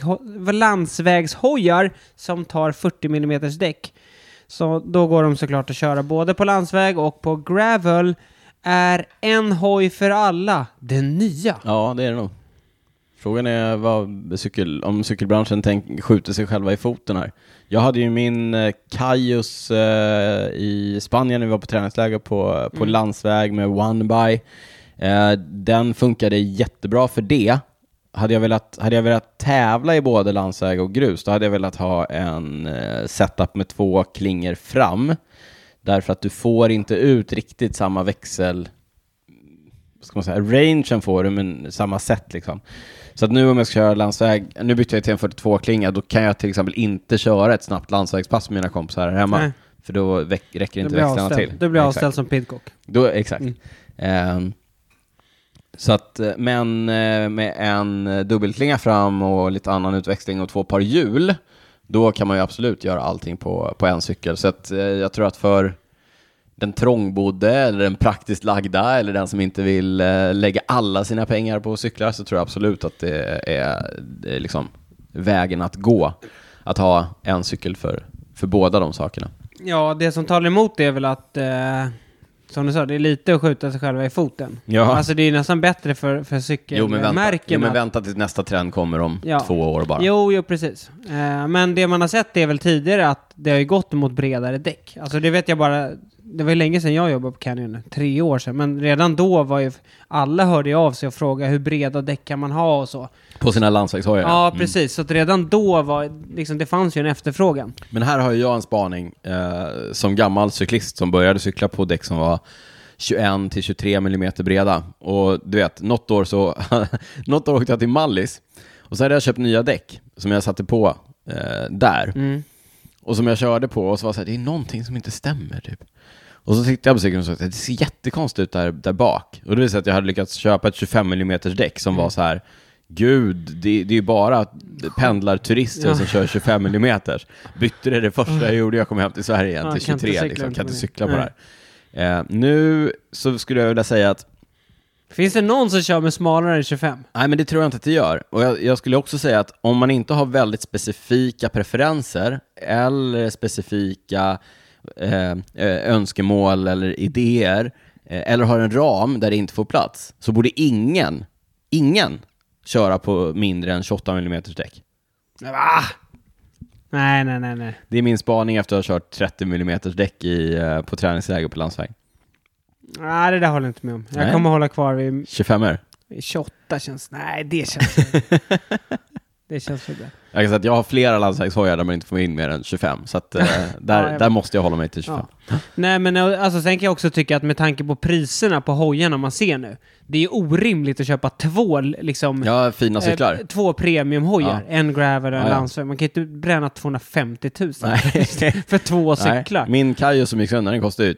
landsvägshojar som tar 40 mm däck. Så då går de såklart att köra både på landsväg och på gravel. Är en hoj för alla den nya? Ja, det är det nog. Frågan är vad cykel, om cykelbranschen tänk, skjuter sig själva i foten här. Jag hade ju min eh, Kajus eh, i Spanien när vi var på träningsläger på, på landsväg med One by. Eh, den funkade jättebra för det. Hade jag, velat, hade jag velat tävla i både landsväg och grus, då hade jag velat ha en eh, setup med två klingor fram. Därför att du får inte ut riktigt samma växel vad ska man säga, rangen får du, men samma sätt liksom. Så att nu om jag ska köra landsväg, nu bytte jag till en 42-klinga, då kan jag till exempel inte köra ett snabbt landsvägspass med mina kompisar här hemma. Nej. För då väck, räcker Du inte blir växlarna avställd, till. du blir Exakt. avställd som Pidcock. Då, exakt. Ehm, så att, eh, men eh, med en eh, dubbelklinga fram och lite annan utväxling och två par hjul, då kan man ju absolut göra allting på, på en cykel. Så att, eh, jag tror att för den trångbodde eller den praktiskt lagda eller den som inte vill eh, lägga alla sina pengar på cyklar så tror jag absolut att det är, det är liksom vägen att gå. Att ha en cykel för, för båda de sakerna. Ja, det som talar emot det är väl att, eh, som du sa, det är lite att skjuta sig själva i foten. Ja. Alltså det är ju nästan bättre för, för Jo men, cykelmärkena. vänta. jo men vänta tills nästa trend kommer om Ja. två år bara. Jo, jo, precis. Eh, men det man har sett är väl tidigare att det har ju gått mot bredare däck. Alltså det vet jag bara, det var ju länge sedan jag jobbade på Canyon, tre år sedan. Men redan då var ju, alla hörde ju av sig och frågade hur breda däck kan man ha och så. På sina landsvägshojar. Ja, precis. Så att redan då var, liksom, det fanns ju en efterfrågan. Men här har ju jag en spaning eh, som gammal cyklist som började cykla på däck som var 21 till 23 mm breda. Och du vet, något år, så, något år åkte jag till Mallis och så hade jag köpt nya däck som jag satte på eh, där. Mm. Och som jag körde på och så var det så här, det är någonting som inte stämmer typ. Och så tittade jag på cykeln och såg att det ser jättekonstigt ut där, där bak. Och det visade sig att jag hade lyckats köpa ett 25 mm däck som var så här, gud, det, det är ju bara pendlarturister Ja. Mm. som kör 25 mm. Bytte det det första jag gjorde, jag kom hem till Sverige igen Ja, till kan inte 23, cykla liksom. runt kan inte med cykla på det. det här. Eh, nu så skulle jag vilja säga att Finns det någon som kör med smalare än 25? Nej, men det tror jag inte att det gör. Och jag, jag skulle också säga att om man inte har väldigt specifika preferenser eller specifika eh, eh, önskemål eller idéer eh, eller har en ram där det inte får plats så borde ingen, ingen köra på mindre än 28 mm däck. Nej, nej, nej, nej. Det är min spaning efter att ha kört 30 mm däck i, eh, på träningsläger på landsväg. Nej, det där håller jag inte med om. Jag Nej. kommer hålla kvar vid 25 er. vid 28 känns... Nej, det känns... det känns för bra. Jag kan säga att jag har flera landsvägshojar där man inte får in mer än 25, så att, eh, där, jag där måste jag hålla mig till 25. Ja. Nej, men eh, alltså, sen kan jag också tycka att med tanke på priserna på hojarna man ser nu, det är ju orimligt att köpa två liksom... Jag har fina cyklar. eh, Två premiumhojar, en gravel och en Ja, ja. landsväg. Man kan ju inte bränna 250 000 Nej. för två cyklar. Nej, min Kajo som gick sönder, den kostade ju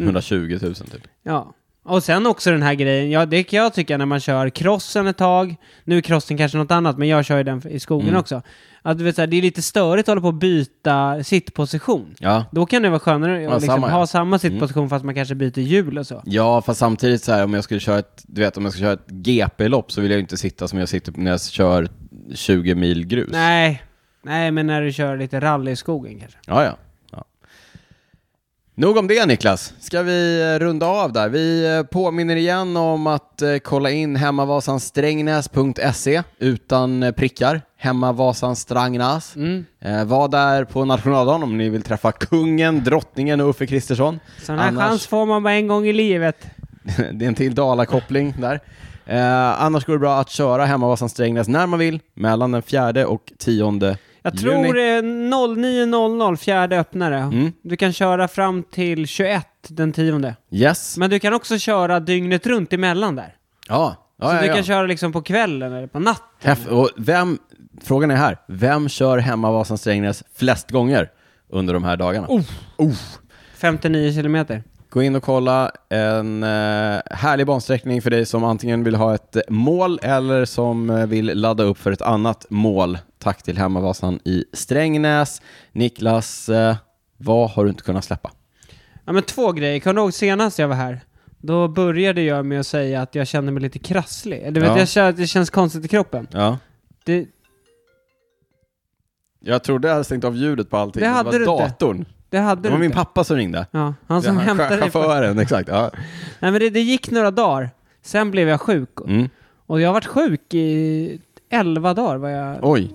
120 000 typ. Ja. Och sen också den här grejen, ja det kan jag tycka när man kör crossen ett tag, nu är crossen kanske något annat, men jag kör ju den i skogen Mm. också. Att du vet, så här, det är lite störigt att hålla på att byta sittposition. Ja. Då kan det vara skönare att Ja, liksom, samma, ja. Mm. ha samma sittposition fast man kanske byter hjul och så. Ja, fast samtidigt så här om jag skulle köra ett, du vet, om jag ska köra ett GP-lopp så vill jag ju inte sitta som jag sitter när jag kör 20 mil grus. Nej. Nej, men när du kör lite rally i skogen kanske. Ja, ja. ja. Nog om det Niklas. Ska vi eh, runda av där? Vi eh, påminner igen om att eh, kolla in hemmavasansträngnäs.se utan eh, prickar. Hemmavasanstrangnäs. Mm. Eh, var där på nationaldagen om ni vill träffa kungen, drottningen och Uffe Kristersson. Sån här chans får man bara en gång i livet. det är en till Dala-koppling där. Eh, annars går det bra att köra Hemmavasan-Strängnäs när man vill, mellan den fjärde och tionde Jag tror eh, juni. det är 09.00, fjärde öppnare. Mm. Du kan köra fram till 21 den tionde. Yes. Men du kan också köra dygnet runt emellan där. Ja. ja, så ja, du ja. kan köra liksom på kvällen eller på natten. Häf- och vem, frågan är här, vem kör Hemmavasan Strängnäs flest gånger under de här dagarna? 59 kilometer. Gå in och kolla en eh, härlig bansträckning för dig som antingen vill ha ett eh, mål eller som eh, vill ladda upp för ett annat mål. Tack till Hemmavasan i Strängnäs. Niklas, eh, vad har du inte kunnat släppa? Ja, men två grejer. Kommer du ihåg senast jag var här? Då började jag med att säga att jag känner mig lite krasslig. Du vet, Ja. jag känner att det känns konstigt i kroppen. Ja. Det, Jag trodde jag hade stängt av ljudet på allting. Det hade var du inte. datorn. det hade Det du var min inte. pappa som ringde. Ja, han som Ja, hämtade dig. På. Chauffören, exakt. Ja. Nej, men det, det gick några dagar. Sen blev jag sjuk. Mm. Och jag har varit sjuk i 11 dagar var jag Oj,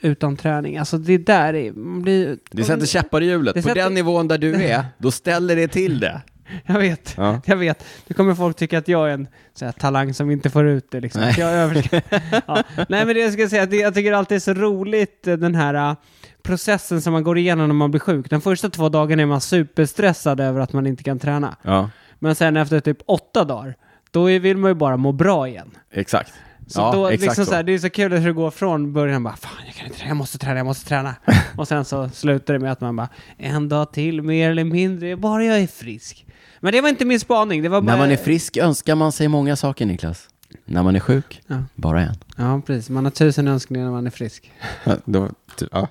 utan träning. Alltså det där är... Man blir, det sätter käppar i hjulet. Mm. Det På sätter- den nivån där du är, då ställer det till det. Jag vet. Ja. Jag vet, nu kommer folk tycka att jag är en så här, talang som inte får ut det. Liksom. Nej. Nej. Jag överskattar- ja. Nej, men det jag ska säga, är att det- jag tycker alltid är så roligt eh, den här eh, processen som man går igenom när man blir sjuk. De första två dagarna är man superstressad över att man inte kan träna. Ja, Men sen efter typ åtta dagar, då är- vill man ju bara må bra igen. exakt. Så ja, då, exakt liksom så. Så här, det är så kul hur det går från början bara fan jag kan inte träna, jag måste träna, jag måste träna. och sen så slutar det med att man bara en dag till mer eller mindre, bara jag är frisk. Men det var inte min spaning, det var bara... När man är frisk önskar man sig många saker, Niklas. När man är sjuk, Ja. bara en. Ja, precis. Man har tusen önskningar när man är frisk. Ja, då- typ- ty- ja.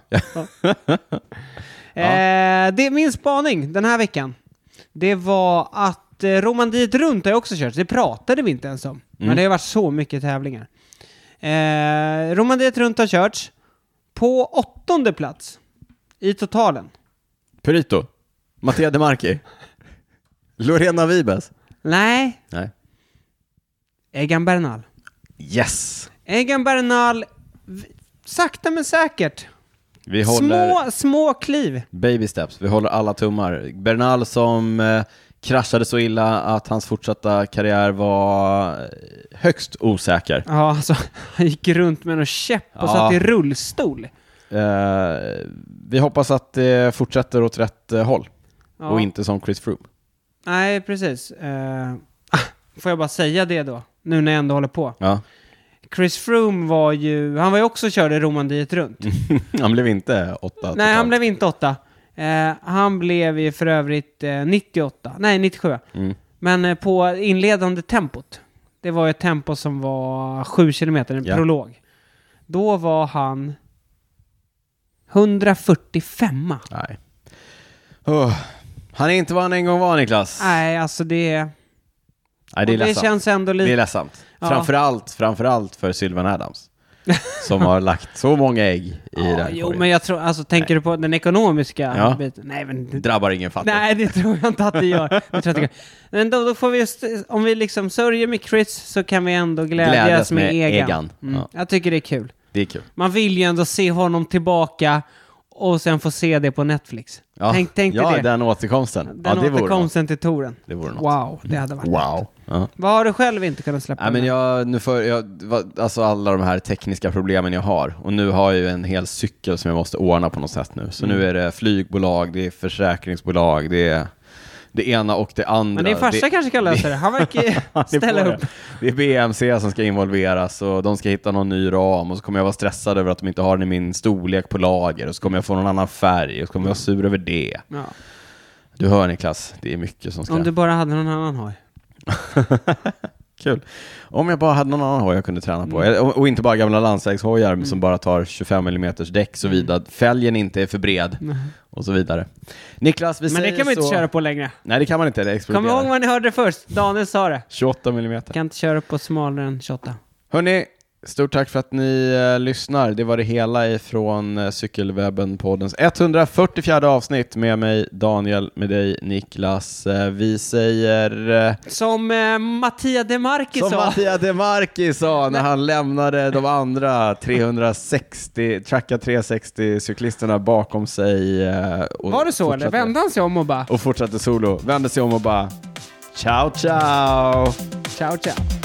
Eh, det är min spaning den här veckan. Det var att eh, Romandiet runt har jag också kört. Det pratade vi inte ens om. Mm. Men det har varit så mycket tävlingar. Eh, Romandiet runt har körts på åttonde plats i totalen. Purito, Mattia De Marchi, Lorena Vibes. Nej, Nej. Egan Bernal. Yes! Egan Bernal, v- sakta men säkert. Vi håller Små, små kliv. baby steps, vi håller alla tummar. Bernal som eh, kraschade så illa att hans fortsatta karriär var eh, högst osäker. Ja, alltså, han gick runt med en käpp och Ja. satt i rullstol. Eh, vi hoppas att det fortsätter åt rätt eh, håll Ja. och inte som Chris Froome. Nej, precis. Eh, ah, får jag bara säga det då, nu när jag ändå håller på. Ja. Chris Froome var ju, han var ju också körd i Romandiet runt. han blev inte åtta Nej, Mm. totalt. han blev inte åtta. Eh, han blev ju för övrigt eh, 98, nej 97. Mm. Men eh, på inledande tempot, det var ju ett tempo som var 7 kilometer, en Ja. prolog. Då var han 145 Nej. Oh. Han är inte vad han en gång var Niklas. Nej, alltså det, Nej, det är och det ledsamt. känns ändå lite... Det är ledsamt. Ja. Framförallt, framförallt för Sylvan Adams. Som har lagt så många ägg i den Ja, här jo, korgen. men jag tror, alltså tänker du på den ekonomiska Ja. biten? Nej, men det, Drabbar ingen fattig. nej, det tror jag inte att det gör. Det tror jag inte det gör. Men då, då får vi, just, om vi liksom sörjer med Chris så kan vi ändå glädjas, Glädjas med, med Egan. Egan. Mm. Ja. Jag tycker det är kul. Det är kul. Man vill ju ändå se honom tillbaka och sen få se det på Netflix. Ja, Tänk, tänk dig ja det. den återkomsten. Den ja, det vore något. återkomsten till touren. Det vore något. Wow, det hade varit. Wow. Ja. Vad har du själv inte kunnat släppa? Nej, men med? jag, nu för, jag, va- alltså alla de här tekniska problemen jag har och nu har jag ju en hel cykel som jag måste ordna på något sätt nu. Så nu är det flygbolag, det är försäkringsbolag, det är det ena och det andra. men din farsa Det- kanske kan lösa det. Han verkar ju Det ställa får upp. det. Det är BMC som ska involveras och de ska hitta någon ny ram och så kommer jag vara stressad över att de inte har den i min storlek på lager och så kommer jag få någon annan färg och så kommer jag vara sur över det. Ja. Du hör Niklas, det är mycket som ska... Om du bara hade någon annan hoj. Kul. Om jag bara hade någon annan hoj jag kunde träna Mm. på. Eller- Och, och inte bara gamla landsvägshojar som bara tar 25 mm däck såvida fälgen inte är för bred och så vidare. Niklas, vi Men säger det kan man så... inte köra på längre. Nej, det kan man inte. Det Kom ihåg exploderar. vad ni hörde först. Daniel sa det. 28 mm. Kan inte köra på smalare än 28. Hörni, stort tack för att ni eh, lyssnar. Det var det hela ifrån eh, Cykelwebben-poddens 144 avsnitt med mig Daniel, med dig Niklas. Eh, vi säger eh, Som eh, Mattia De Marchi som sa. Mattia De Marchi sa när han lämnade de andra 360, tracka 360 cyklisterna bakom sig. eh, Och Var det så eller? fortsatte- Vände han sig om och bara Och fortsatte solo, vände sig om och bara ciao ciao! ciao ciao.